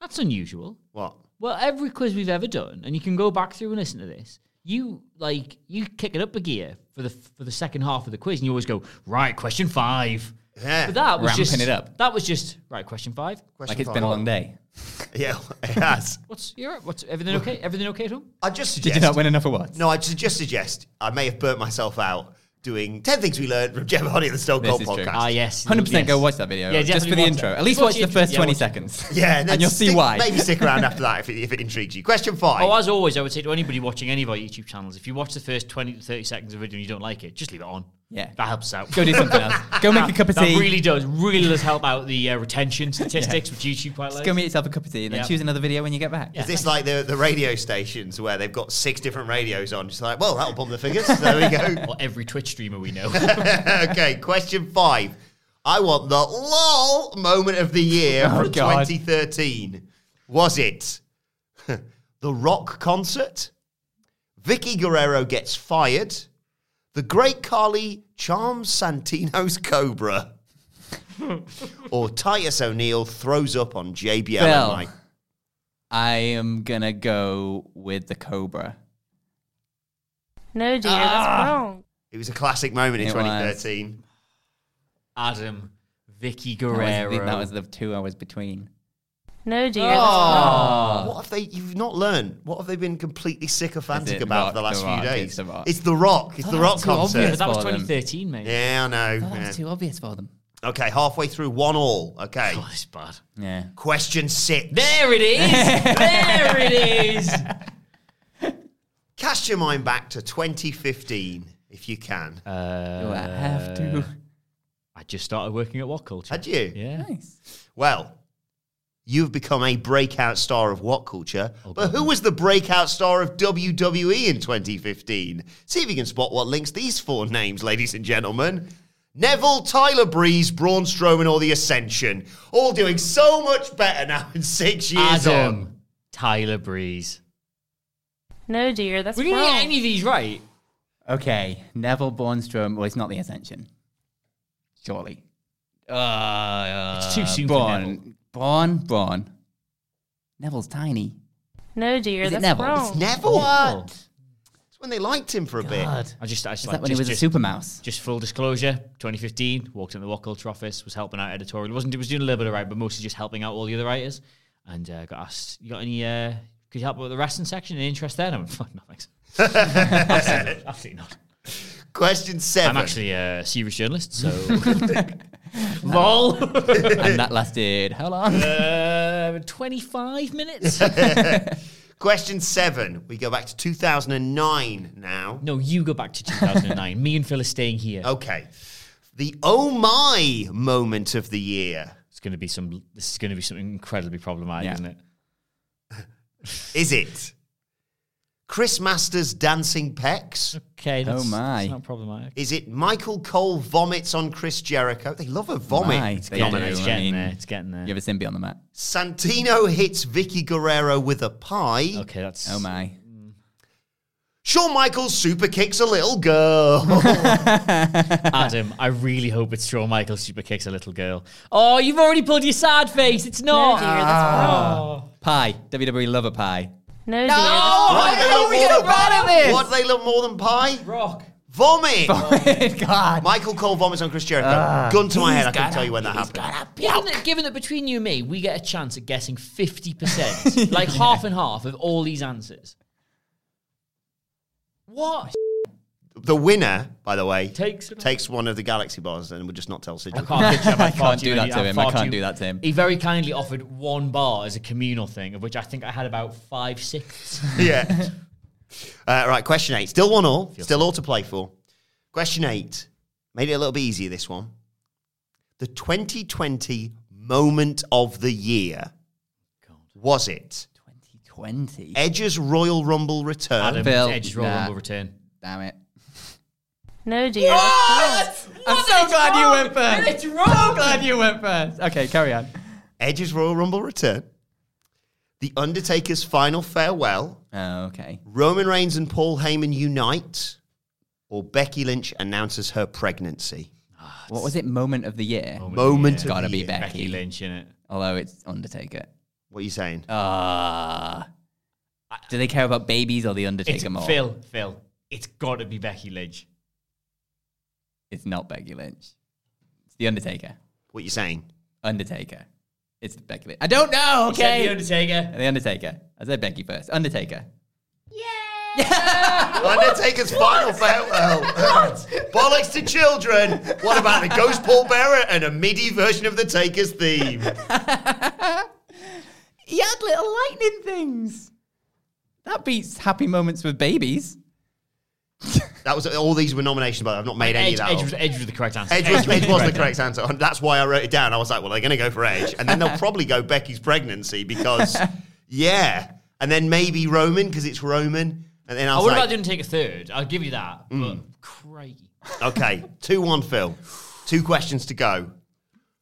[SPEAKER 2] That's unusual.
[SPEAKER 1] What?
[SPEAKER 2] Well, every quiz we've ever done, and you can go back through and listen to this. You like you kick it up a gear for the for the second half of the quiz, and you always go right. Question five.
[SPEAKER 1] Yeah.
[SPEAKER 2] But that was
[SPEAKER 3] Ramping
[SPEAKER 2] just
[SPEAKER 3] it up.
[SPEAKER 2] That was just right. Question five.
[SPEAKER 1] Question
[SPEAKER 3] Like it's
[SPEAKER 1] five.
[SPEAKER 3] been a long day.
[SPEAKER 1] Yeah, it has.
[SPEAKER 2] What's you're right. What's everything okay? Everything okay at home?
[SPEAKER 1] I just suggest.
[SPEAKER 3] Did you not win enough awards?
[SPEAKER 1] No, I ju- just suggest I may have burnt myself out doing 10 things we learned from Gemma Honey and the Stone
[SPEAKER 3] This
[SPEAKER 1] Cold
[SPEAKER 3] is true.
[SPEAKER 1] podcast.
[SPEAKER 2] Ah, yes.
[SPEAKER 3] Hundred percent. Go
[SPEAKER 2] yes.
[SPEAKER 3] watch that video
[SPEAKER 2] Yeah,
[SPEAKER 3] just for
[SPEAKER 2] definitely
[SPEAKER 3] the
[SPEAKER 2] watch
[SPEAKER 3] intro.
[SPEAKER 2] that.
[SPEAKER 3] At least
[SPEAKER 2] Watch
[SPEAKER 3] watch,
[SPEAKER 2] the
[SPEAKER 3] the
[SPEAKER 2] intro.
[SPEAKER 3] first
[SPEAKER 2] Yeah,
[SPEAKER 3] twenty
[SPEAKER 2] watch it.
[SPEAKER 3] seconds.
[SPEAKER 1] Yeah, then
[SPEAKER 3] and you'll see
[SPEAKER 1] stick-
[SPEAKER 3] why.
[SPEAKER 1] Maybe stick around after that if it, if it intrigues you. Question five.
[SPEAKER 2] Oh, as always, I would say to anybody watching any of our YouTube channels, if you watch the first twenty to thirty seconds of a video and you don't like it, just leave it on.
[SPEAKER 3] Yeah.
[SPEAKER 2] that helps us out.
[SPEAKER 3] Go do something else. Go make a cup of
[SPEAKER 2] that
[SPEAKER 3] tea.
[SPEAKER 2] really does really does help out the uh, retention statistics which YouTube quite
[SPEAKER 3] Just
[SPEAKER 2] likes.
[SPEAKER 3] go make yourself a cup of tea and then
[SPEAKER 2] Yeah.
[SPEAKER 3] choose another video when you get back.
[SPEAKER 1] Is this like the, the radio stations where they've got six different radios on? Just like, well, that'll bump the figures. There we go.
[SPEAKER 2] Or every Twitch streamer we know.
[SPEAKER 1] okay, question five. I want the lol moment of the year
[SPEAKER 3] Oh,
[SPEAKER 1] from
[SPEAKER 3] God.
[SPEAKER 1] 2013. Was it the rock concert? Vicky Guerrero gets fired. The great Carly charms Santino's Cobra. or Titus O'Neill throws up on JBL
[SPEAKER 3] Bill.
[SPEAKER 1] and Mike.
[SPEAKER 3] I am gonna go with the Cobra.
[SPEAKER 7] No, dear, that's wrong.
[SPEAKER 1] It was a classic moment in
[SPEAKER 3] It was.
[SPEAKER 1] 2013.
[SPEAKER 2] Adam, Vicky
[SPEAKER 3] That was the-
[SPEAKER 2] Guerrero.
[SPEAKER 3] That was the two I was between.
[SPEAKER 7] No, dear, that's
[SPEAKER 1] Oh.
[SPEAKER 7] wrong.
[SPEAKER 1] What have they? You've not learned. What have they been completely sycophantic
[SPEAKER 3] Is it
[SPEAKER 1] about
[SPEAKER 3] Rock,
[SPEAKER 1] for the last
[SPEAKER 3] The
[SPEAKER 1] few
[SPEAKER 3] Rock,
[SPEAKER 1] days?
[SPEAKER 3] it's The Rock.
[SPEAKER 1] It's the rock. It's the rock
[SPEAKER 3] Oh, too obvious.
[SPEAKER 1] concert.
[SPEAKER 2] But that was
[SPEAKER 3] for them.
[SPEAKER 2] 2013, mate.
[SPEAKER 1] Yeah, I
[SPEAKER 2] Oh,
[SPEAKER 1] know.
[SPEAKER 3] That
[SPEAKER 1] yeah.
[SPEAKER 3] was too obvious for them.
[SPEAKER 1] Okay, halfway through, one all. Okay.
[SPEAKER 2] Oh, it's bad.
[SPEAKER 3] Yeah.
[SPEAKER 1] Question six.
[SPEAKER 2] There it is. there it is.
[SPEAKER 1] Cast your mind back to 2015, if you can.
[SPEAKER 3] Uh,
[SPEAKER 2] Uh,
[SPEAKER 3] Do I have to?
[SPEAKER 2] I just started working at What Culture.
[SPEAKER 1] Had you?
[SPEAKER 2] Yeah.
[SPEAKER 3] Nice.
[SPEAKER 1] Well, you've become a breakout star of what culture?
[SPEAKER 2] Oh,
[SPEAKER 1] but who was the breakout star of WWE in 2015? See if you can spot what links these four names, ladies and gentlemen. Neville, Tyler Breeze, Braun Strowman, or The Ascension. All doing so much better now in six years on.
[SPEAKER 2] Adam, Tyler Breeze.
[SPEAKER 7] No, dear, that's
[SPEAKER 2] We didn't get
[SPEAKER 7] wrong.
[SPEAKER 2] any of these right.
[SPEAKER 3] Okay. Neville Bornstrom. Well, it's not the Ascension. Surely. Uh,
[SPEAKER 2] It's too soon for Neville.
[SPEAKER 3] Born. Born. Born. Neville's tiny.
[SPEAKER 7] No, dear,
[SPEAKER 3] Is it
[SPEAKER 7] that's
[SPEAKER 3] Neville?
[SPEAKER 7] wrong.
[SPEAKER 3] It's
[SPEAKER 1] Neville?
[SPEAKER 2] What?
[SPEAKER 1] It's when they liked him for a bit.
[SPEAKER 2] I just, I just
[SPEAKER 3] Is
[SPEAKER 2] like,
[SPEAKER 3] that when he
[SPEAKER 2] just,
[SPEAKER 3] was a
[SPEAKER 2] just-
[SPEAKER 3] super mouse?
[SPEAKER 2] Just full disclosure, 2015, walked into the What Culture office, was helping out editorial. wasn't was doing a little bit of writing, but mostly just helping out all the other writers. And uh, got asked, "You got any? Uh, could you help with the wrestling section? Any interest there?" And I went, "Fuck, no thanks. absolutely, not. absolutely not.
[SPEAKER 1] Question seven.
[SPEAKER 2] I'm actually a serious journalist, so Lol.
[SPEAKER 3] and that lasted how long?
[SPEAKER 2] Uh, 25 minutes?
[SPEAKER 1] Question seven. We go back to 2009 now.
[SPEAKER 2] No, you go back to 2009. Me and Phil are staying here.
[SPEAKER 1] Okay. The oh my moment of the year.
[SPEAKER 2] It's going to be some. This is going to be something incredibly problematic,
[SPEAKER 3] Yeah.
[SPEAKER 2] isn't it?
[SPEAKER 1] Is it Chris Masters dancing pecs?
[SPEAKER 2] Okay. That's,
[SPEAKER 3] Oh my.
[SPEAKER 2] That's not problematic.
[SPEAKER 1] Is it Michael Cole vomits on Chris Jericho? They love a vomit.
[SPEAKER 3] My, they
[SPEAKER 2] getting
[SPEAKER 3] do,
[SPEAKER 2] there, it's
[SPEAKER 3] I
[SPEAKER 2] getting
[SPEAKER 3] mean,
[SPEAKER 2] there, it's getting there.
[SPEAKER 3] You ever seen Beyond the Mat?
[SPEAKER 1] Santino hits Vicky Guerrero with a pie.
[SPEAKER 2] Okay, that's.
[SPEAKER 3] Oh my.
[SPEAKER 1] Shawn Michaels super kicks a little girl.
[SPEAKER 2] Adam, I really hope it's Shawn Michaels super kicks a little girl. Oh, you've already pulled your sad face. It's
[SPEAKER 7] No,
[SPEAKER 2] not.
[SPEAKER 7] dear, that's wrong.
[SPEAKER 3] Ah. Pie. WWE love a pie.
[SPEAKER 7] No, dear. that's
[SPEAKER 1] What do they love
[SPEAKER 3] we
[SPEAKER 1] more
[SPEAKER 3] get
[SPEAKER 1] than-
[SPEAKER 3] out of this?
[SPEAKER 1] What do they love more than pie?
[SPEAKER 2] Rock.
[SPEAKER 1] Vomit.
[SPEAKER 3] God.
[SPEAKER 1] Michael Cole vomits on Chris Jericho.
[SPEAKER 3] Ah.
[SPEAKER 1] Gun to my head. I can tell you when that happened.
[SPEAKER 2] Given that, given that between you and me, we get a chance at guessing 50%, like half and half of all these answers. What?
[SPEAKER 1] The winner, by the way,
[SPEAKER 2] Takes it
[SPEAKER 1] takes one of the Galaxy bars, and we'll just not tell Sid.
[SPEAKER 2] I can't, picture him. I'm
[SPEAKER 3] I
[SPEAKER 2] far
[SPEAKER 3] can't
[SPEAKER 2] too
[SPEAKER 3] do that
[SPEAKER 2] many-
[SPEAKER 3] to
[SPEAKER 2] I'm
[SPEAKER 3] him.
[SPEAKER 2] far
[SPEAKER 3] I can't
[SPEAKER 2] too-
[SPEAKER 3] do that to him.
[SPEAKER 2] He very kindly offered one bar as a communal thing, of which I think I had about five sixths.
[SPEAKER 1] yeah. Uh, right, question eight. Still one all. Still all to play for. Question eight. Made it a little bit easier, this one. The 2020 moment of the year. Was it
[SPEAKER 3] 2020.
[SPEAKER 1] Edge's Royal Rumble return?
[SPEAKER 2] Adam,
[SPEAKER 3] Phil,
[SPEAKER 2] Edge Royal
[SPEAKER 3] nah.
[SPEAKER 2] Rumble return.
[SPEAKER 3] Damn it.
[SPEAKER 7] No, dear. That's wrong.
[SPEAKER 3] I'm so glad you went first. It's wrong. So glad you went first. Okay, carry on.
[SPEAKER 1] Edge's Royal Rumble return. The Undertaker's final farewell.
[SPEAKER 3] Oh, okay.
[SPEAKER 1] Roman Reigns and Paul Heyman unite. Or Becky Lynch announces her pregnancy.
[SPEAKER 3] What was it? Moment of the year.
[SPEAKER 1] Moment
[SPEAKER 2] uh,
[SPEAKER 1] of
[SPEAKER 3] Gotta
[SPEAKER 1] the
[SPEAKER 3] be
[SPEAKER 1] year.
[SPEAKER 3] Becky.
[SPEAKER 2] Becky Lynch in it.
[SPEAKER 3] Although it's Undertaker.
[SPEAKER 1] What are you saying?
[SPEAKER 3] Uh, Ah. do they care about babies or the Undertaker
[SPEAKER 2] It's,
[SPEAKER 3] more?
[SPEAKER 2] Phil, Phil, it's got to be Becky Lynch.
[SPEAKER 3] It's not Becky Lynch. It's the Undertaker.
[SPEAKER 1] What are you saying?
[SPEAKER 3] Undertaker. It's Becky Lynch. I don't know.
[SPEAKER 2] You said
[SPEAKER 3] Okay.
[SPEAKER 2] The Undertaker.
[SPEAKER 3] The Undertaker. I said Becky first. Undertaker.
[SPEAKER 1] Undertaker's final farewell. Bollocks to children. What about a ghost pallbearer and a MIDI version of the Taker's theme?
[SPEAKER 3] He had little lightning things. That beats happy moments with babies.
[SPEAKER 1] That was all. These were nominations, but I've not made any
[SPEAKER 2] Edge,
[SPEAKER 1] of that.
[SPEAKER 2] Edge,
[SPEAKER 1] up.
[SPEAKER 2] was, Edge was the correct answer.
[SPEAKER 1] Edge was, Edge was the correct answer. And That's why I wrote it down. I was like, well, they're going to go for Edge. And then they'll probably go Becky's pregnancy because, yeah. And then maybe Roman because it's Roman. And then I
[SPEAKER 2] I
[SPEAKER 1] was
[SPEAKER 2] would
[SPEAKER 1] like,
[SPEAKER 2] about didn't take a third. I'll give you that.
[SPEAKER 1] Mm.
[SPEAKER 2] But crikey.
[SPEAKER 1] okay, 2 1, Phil. Two questions to go.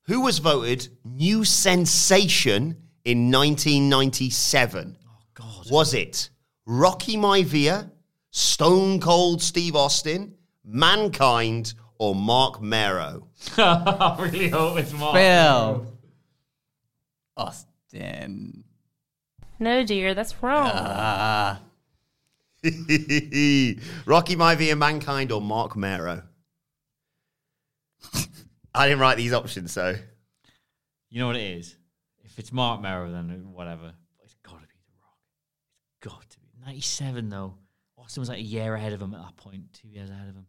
[SPEAKER 1] Who was voted new sensation in 1997? Oh, God. Was it Rocky Maivia, Stone Cold Steve Austin, Mankind, or Mark Mero?
[SPEAKER 2] I really hope it's Mark.
[SPEAKER 3] Phil. Austin.
[SPEAKER 7] No, dear. That's wrong.
[SPEAKER 3] Ah.
[SPEAKER 1] Rocky Maivia, Mankind, or Mark Mero? I didn't write these options, so.
[SPEAKER 2] You know what it is? If it's Mark Merrow, then whatever. But it's got to be The Rock. It's got to be. 97, though. Austin was like a year ahead of him at that point, two years ahead of him.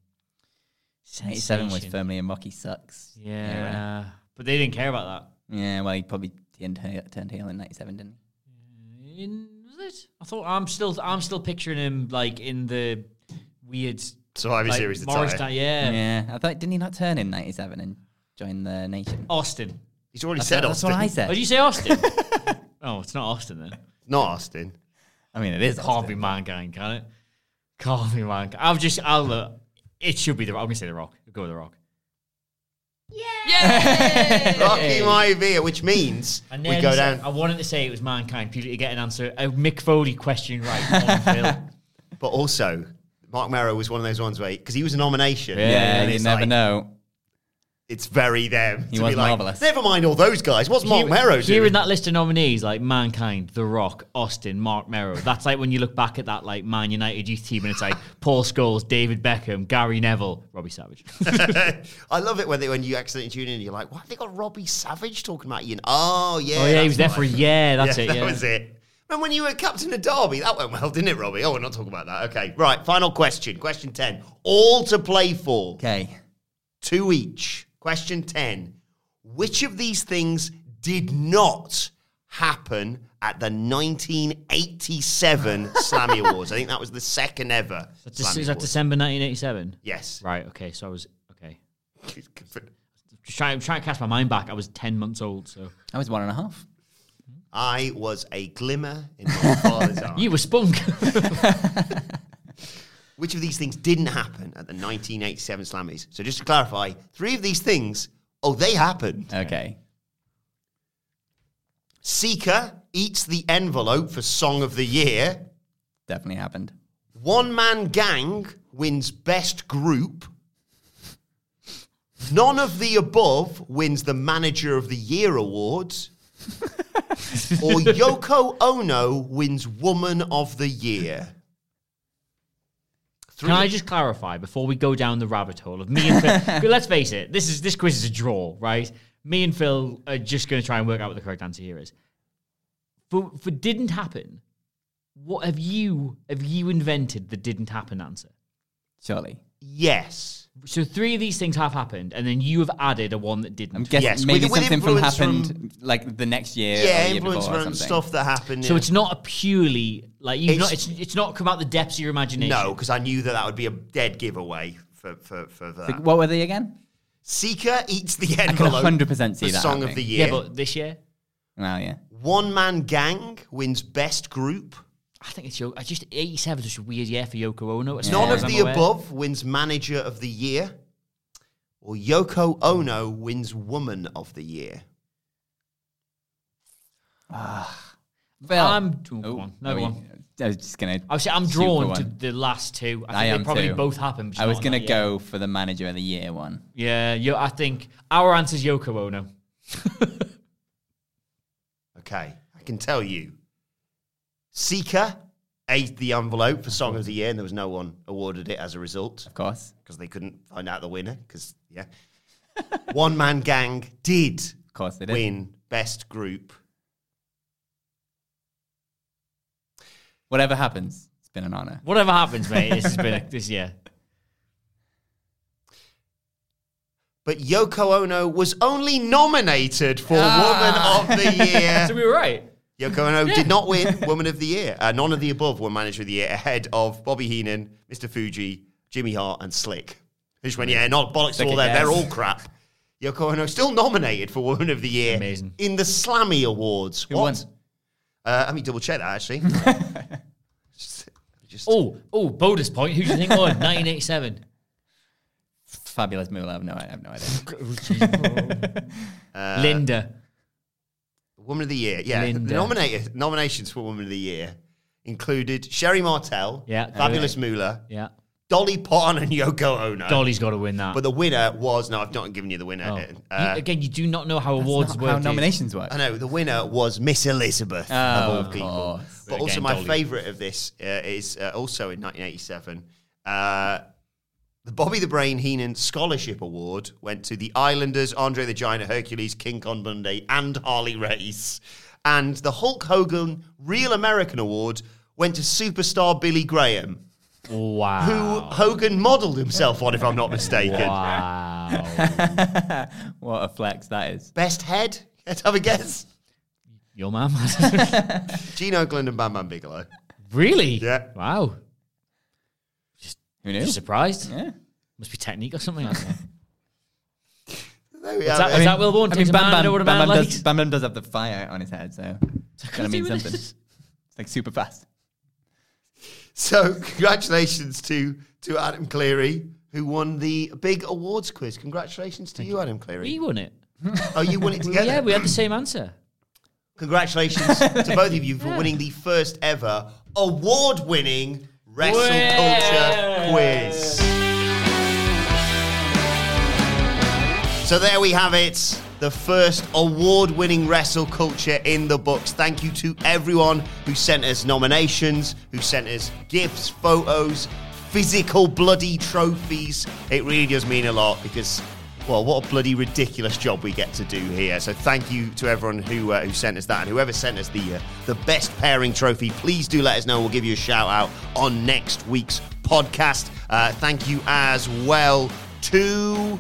[SPEAKER 3] 87 was
[SPEAKER 2] Sensation.
[SPEAKER 3] firmly in Rocky Sucks.
[SPEAKER 2] Yeah. But they didn't care about
[SPEAKER 3] Yeah, well, he probably turned heel, turned heel in 97, didn't he?
[SPEAKER 2] that. In, was it? I thought I'm still I'm still picturing him like in the weird
[SPEAKER 1] Survivor
[SPEAKER 2] like,
[SPEAKER 1] Series
[SPEAKER 2] Morris
[SPEAKER 1] attire.
[SPEAKER 2] Day- yeah.
[SPEAKER 3] Yeah, I thought, didn't he not turn in 97 and join the nation?
[SPEAKER 2] Austin.
[SPEAKER 1] He's already
[SPEAKER 3] That's,
[SPEAKER 1] said
[SPEAKER 3] that's
[SPEAKER 1] Austin.
[SPEAKER 3] what I
[SPEAKER 2] Oh, did
[SPEAKER 3] said.
[SPEAKER 2] you say Oh, Austin? oh, it's not Austin then.
[SPEAKER 1] Not Austin.
[SPEAKER 3] I mean, it is
[SPEAKER 2] Can't be
[SPEAKER 3] Austin.
[SPEAKER 2] mankind, can it? Can't be mankind. I've just, I'll look. It should be the. Rock. I'm gonna say the Rock. Go with the Rock.
[SPEAKER 1] Rocky Maivia, which means
[SPEAKER 2] And
[SPEAKER 1] we
[SPEAKER 2] then
[SPEAKER 1] go
[SPEAKER 2] so-
[SPEAKER 1] down.
[SPEAKER 2] I wanted to say it was mankind purely to get an answer, a Mick Foley question right. on Phil.
[SPEAKER 1] But also, Mark Merrow was one of those ones where because he was a nomination.
[SPEAKER 3] Yeah,
[SPEAKER 1] and
[SPEAKER 3] you
[SPEAKER 1] it's
[SPEAKER 3] never
[SPEAKER 1] like,
[SPEAKER 3] know.
[SPEAKER 1] It's very them.
[SPEAKER 3] He
[SPEAKER 1] to
[SPEAKER 3] was
[SPEAKER 1] be like,
[SPEAKER 3] marvellous.
[SPEAKER 1] Never mind all those guys. What's Mark Merrow
[SPEAKER 2] Here
[SPEAKER 1] doing?
[SPEAKER 2] in that list of nominees, like Mankind, The Rock, Austin, Mark Merrow. That's like when you look back at that like Man United youth team and it's like Paul Scholes, David Beckham, Gary Neville, Robbie Savage.
[SPEAKER 1] I love it when they, when you accidentally tune in, and you're like, "Why have they got Robbie Savage talking about you?" And, oh yeah,
[SPEAKER 2] oh yeah, he
[SPEAKER 1] that's
[SPEAKER 2] was there
[SPEAKER 1] right.
[SPEAKER 2] for a year. That's it.
[SPEAKER 1] that
[SPEAKER 2] Yeah.
[SPEAKER 1] was it. Remember when you were captain of Derby? That went well, didn't it, Robbie? Oh, we're not talking about that. Okay, right. Final question. Question ten. All to play for.
[SPEAKER 3] Okay.
[SPEAKER 1] Two each. Question ten. Which of these things did not happen at the 1987 Slammy Awards? I think that was the second ever.
[SPEAKER 2] Is
[SPEAKER 1] Slammy
[SPEAKER 2] that, is that
[SPEAKER 1] Awards.
[SPEAKER 2] December 1987?
[SPEAKER 1] Yes.
[SPEAKER 2] Right, okay, so I was, okay. Just trying, trying to cast my mind back. I was 10 months old, so.
[SPEAKER 3] I was one and a half.
[SPEAKER 1] I was a glimmer in my father's eye.
[SPEAKER 2] You were spunk.
[SPEAKER 1] Which of these things didn't happen at the 1987 Slammies? So just to clarify, three of these things, oh, they happened.
[SPEAKER 3] Okay.
[SPEAKER 1] Seeker eats the envelope for Song of the Year.
[SPEAKER 3] Definitely happened.
[SPEAKER 1] One Man Gang wins Best Group. None of the above wins the Manager of the Year awards. or Yoko Ono wins Woman of the Year.
[SPEAKER 2] Can I just clarify before we go down the rabbit hole of me and Phil? let's face it, this is this quiz is a draw, right? Me and Phil are just going to try and work out what the correct answer here is. For for didn't happen, what have you have you invented the didn't happen answer?
[SPEAKER 3] Surely.
[SPEAKER 1] Yes.
[SPEAKER 2] So three of these things have happened, and then you have added a one that didn't.
[SPEAKER 3] I'm guessing
[SPEAKER 1] Yes,
[SPEAKER 3] maybe
[SPEAKER 1] with- with
[SPEAKER 3] something from
[SPEAKER 1] influence from-
[SPEAKER 3] happened like the next year. or
[SPEAKER 1] yeah,
[SPEAKER 3] the year
[SPEAKER 1] influence
[SPEAKER 3] before or
[SPEAKER 1] from
[SPEAKER 3] something.
[SPEAKER 1] stuff that happened.
[SPEAKER 2] So
[SPEAKER 1] yeah.
[SPEAKER 2] it's not a purely like you've
[SPEAKER 1] It's-
[SPEAKER 2] not it's it's not come out the depths of your imagination.
[SPEAKER 1] No, because I knew that that would be a dead giveaway for, for, for that.
[SPEAKER 3] Like, what were they again?
[SPEAKER 1] Seeker eats the
[SPEAKER 3] I can
[SPEAKER 1] envelope.
[SPEAKER 3] 100% see
[SPEAKER 1] for
[SPEAKER 3] that.
[SPEAKER 1] Song
[SPEAKER 3] happening.
[SPEAKER 1] of the
[SPEAKER 2] Yeah,
[SPEAKER 1] Year.
[SPEAKER 2] but this year,
[SPEAKER 3] Well, yeah.
[SPEAKER 1] One Man Gang wins Best Group.
[SPEAKER 2] I think it's Yo- I just eighty seven is just a weird year for Yoko Ono. as
[SPEAKER 1] None
[SPEAKER 2] far
[SPEAKER 1] of
[SPEAKER 2] as I'm
[SPEAKER 1] the
[SPEAKER 2] aware.
[SPEAKER 1] above wins Manager of the Year. Or Yoko Ono wins Woman of the Year.
[SPEAKER 3] Phil.
[SPEAKER 2] I'm oh, go on. No,
[SPEAKER 3] we-
[SPEAKER 2] go on.
[SPEAKER 3] I was just gonna.
[SPEAKER 2] I was I'm
[SPEAKER 3] shoot for
[SPEAKER 2] drawn
[SPEAKER 3] one.
[SPEAKER 2] to the last two. I think
[SPEAKER 3] I
[SPEAKER 2] they
[SPEAKER 3] am
[SPEAKER 2] probably
[SPEAKER 3] too.
[SPEAKER 2] both happen. but
[SPEAKER 3] I
[SPEAKER 2] just
[SPEAKER 3] was
[SPEAKER 2] not
[SPEAKER 3] gonna
[SPEAKER 2] that yet.
[SPEAKER 3] go for the manager of the year one.
[SPEAKER 2] Yeah, yo, I think our answer's Yoko Ono.
[SPEAKER 1] Okay, I can tell you. Seeker ate the envelope for Song of the Year, and there was no one awarded it as a result
[SPEAKER 3] Of course.
[SPEAKER 1] because they couldn't find out the winner. Because, yeah. One Man Gang did
[SPEAKER 3] Of course they did.
[SPEAKER 1] win Best Group.
[SPEAKER 3] Whatever happens, it's been an honor.
[SPEAKER 2] Whatever happens, mate, this has been a, this year.
[SPEAKER 1] But Yoko Ono was only nominated for
[SPEAKER 3] Ah.
[SPEAKER 1] Woman of the Year.
[SPEAKER 2] So we were right.
[SPEAKER 1] Yoko Ono did not win Woman of the Year. Uh, none of the above were Manager of the Year ahead of Bobby Heenan, Mr. Fuji, Jimmy Hart, and Slick. Who just went, yeah, not bollocks to all
[SPEAKER 3] Second
[SPEAKER 1] them. They're
[SPEAKER 3] guess.
[SPEAKER 1] all crap. Yoko Ono still nominated for Woman of the Year
[SPEAKER 2] Amazing.
[SPEAKER 1] in the Slammy Awards.
[SPEAKER 3] Who
[SPEAKER 1] what?
[SPEAKER 3] won?
[SPEAKER 1] Uh, let me double check that actually. Just- just-
[SPEAKER 2] Oh, oh, bonus point. Who do you think won? 1987.
[SPEAKER 3] Fabulous Moolah. I have no, I have no idea.
[SPEAKER 1] Uh,
[SPEAKER 2] Linda.
[SPEAKER 1] Woman of the Year. Yeah,
[SPEAKER 2] Linda.
[SPEAKER 1] the nominated nominations for Woman of the Year included Sherry Martel,
[SPEAKER 2] Yeah.
[SPEAKER 1] Fabulous Moolah,
[SPEAKER 2] Yeah.
[SPEAKER 1] Dolly Parton, and Yoko Ono.
[SPEAKER 2] Dolly's got to win that.
[SPEAKER 1] But the winner was no, I've not given you the winner.
[SPEAKER 2] Oh.
[SPEAKER 1] Uh,
[SPEAKER 2] You- again, you do not know how awards
[SPEAKER 3] That's not
[SPEAKER 2] work.
[SPEAKER 3] how
[SPEAKER 2] do you?
[SPEAKER 3] nominations work.
[SPEAKER 1] I know the winner was Miss Elizabeth
[SPEAKER 2] Oh,
[SPEAKER 1] of all
[SPEAKER 3] of
[SPEAKER 1] people.
[SPEAKER 3] course.
[SPEAKER 1] But also, my favourite of this uh, is uh, also in 1987. Uh, the Bobby the Brain Heenan Scholarship Award went to the Islanders, Andre the Giant, Hercules, King Kong Bundy, and Harley Race. And the Hulk Hogan Real American Award went to superstar Billy Graham, who
[SPEAKER 2] Wow.
[SPEAKER 1] Hogan modelled himself on, if I'm not mistaken.
[SPEAKER 2] Wow.
[SPEAKER 3] what a flex that is.
[SPEAKER 1] Best head? Let's have a guess.
[SPEAKER 2] Your mum.
[SPEAKER 1] Gene Oakland and Bam Bam Bigelow.
[SPEAKER 2] really?
[SPEAKER 1] Yeah.
[SPEAKER 2] Wow.
[SPEAKER 3] Who knew?
[SPEAKER 2] Just surprised.
[SPEAKER 3] yeah.
[SPEAKER 2] Must be technique or something. I don't know.
[SPEAKER 1] There we
[SPEAKER 2] Is
[SPEAKER 1] are.
[SPEAKER 2] that, is that Will Bourne takes a man and over a man
[SPEAKER 3] Bam, Bam
[SPEAKER 2] likes?
[SPEAKER 3] does, Bam Bam does have the fire on his head, so it's gonna mean something. It's like super fast.
[SPEAKER 1] So, congratulations to to Adam Cleary, who won the big awards quiz. Congratulations to you, Adam Cleary.
[SPEAKER 2] We won it.
[SPEAKER 1] oh, you won it together.
[SPEAKER 2] Yeah, we had the same answer.
[SPEAKER 1] Congratulations to both of you for winning the first ever award-winning wrestle culture quiz. So there we have it. The first award winning wrestle culture in the books. Thank you to everyone who sent us nominations, who sent us gifts, photos, physical bloody trophies. It really does mean a lot because, well, what a bloody ridiculous job we get to do here. So thank you to everyone who uh, who sent us that and whoever sent us the uh, the best pairing trophy. Please do let us know. We'll give you a shout out on next week's podcast. Uh, thank you as well to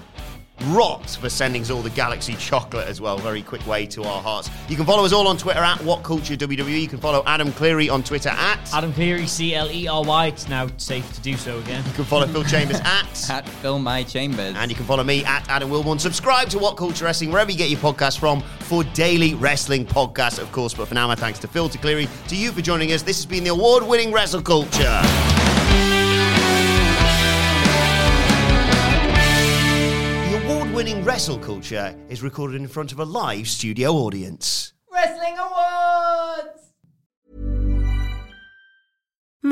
[SPEAKER 1] Rocks for sending us all the Galaxy chocolate as well. Very quick way to our hearts. You can follow us all on Twitter at WhatCultureWWE. E. You can follow Adam Cleary on Twitter at.
[SPEAKER 2] Adam Cleary, C L E R Y. It's now safe to do so again. You
[SPEAKER 1] can follow Phil Chambers at.
[SPEAKER 3] at Phil My Chambers.
[SPEAKER 1] And you can follow me at Adam Wilborn. Subscribe to What Culture Wrestling, wherever you get your podcast from, for daily wrestling podcasts, of course. But for now, my thanks to Phil, to Cleary, to you for joining us. This has been the award winning Wrestle Culture. The award winning Wrestle Culture is recorded in front of a live studio audience.
[SPEAKER 8] Wrestling Awards!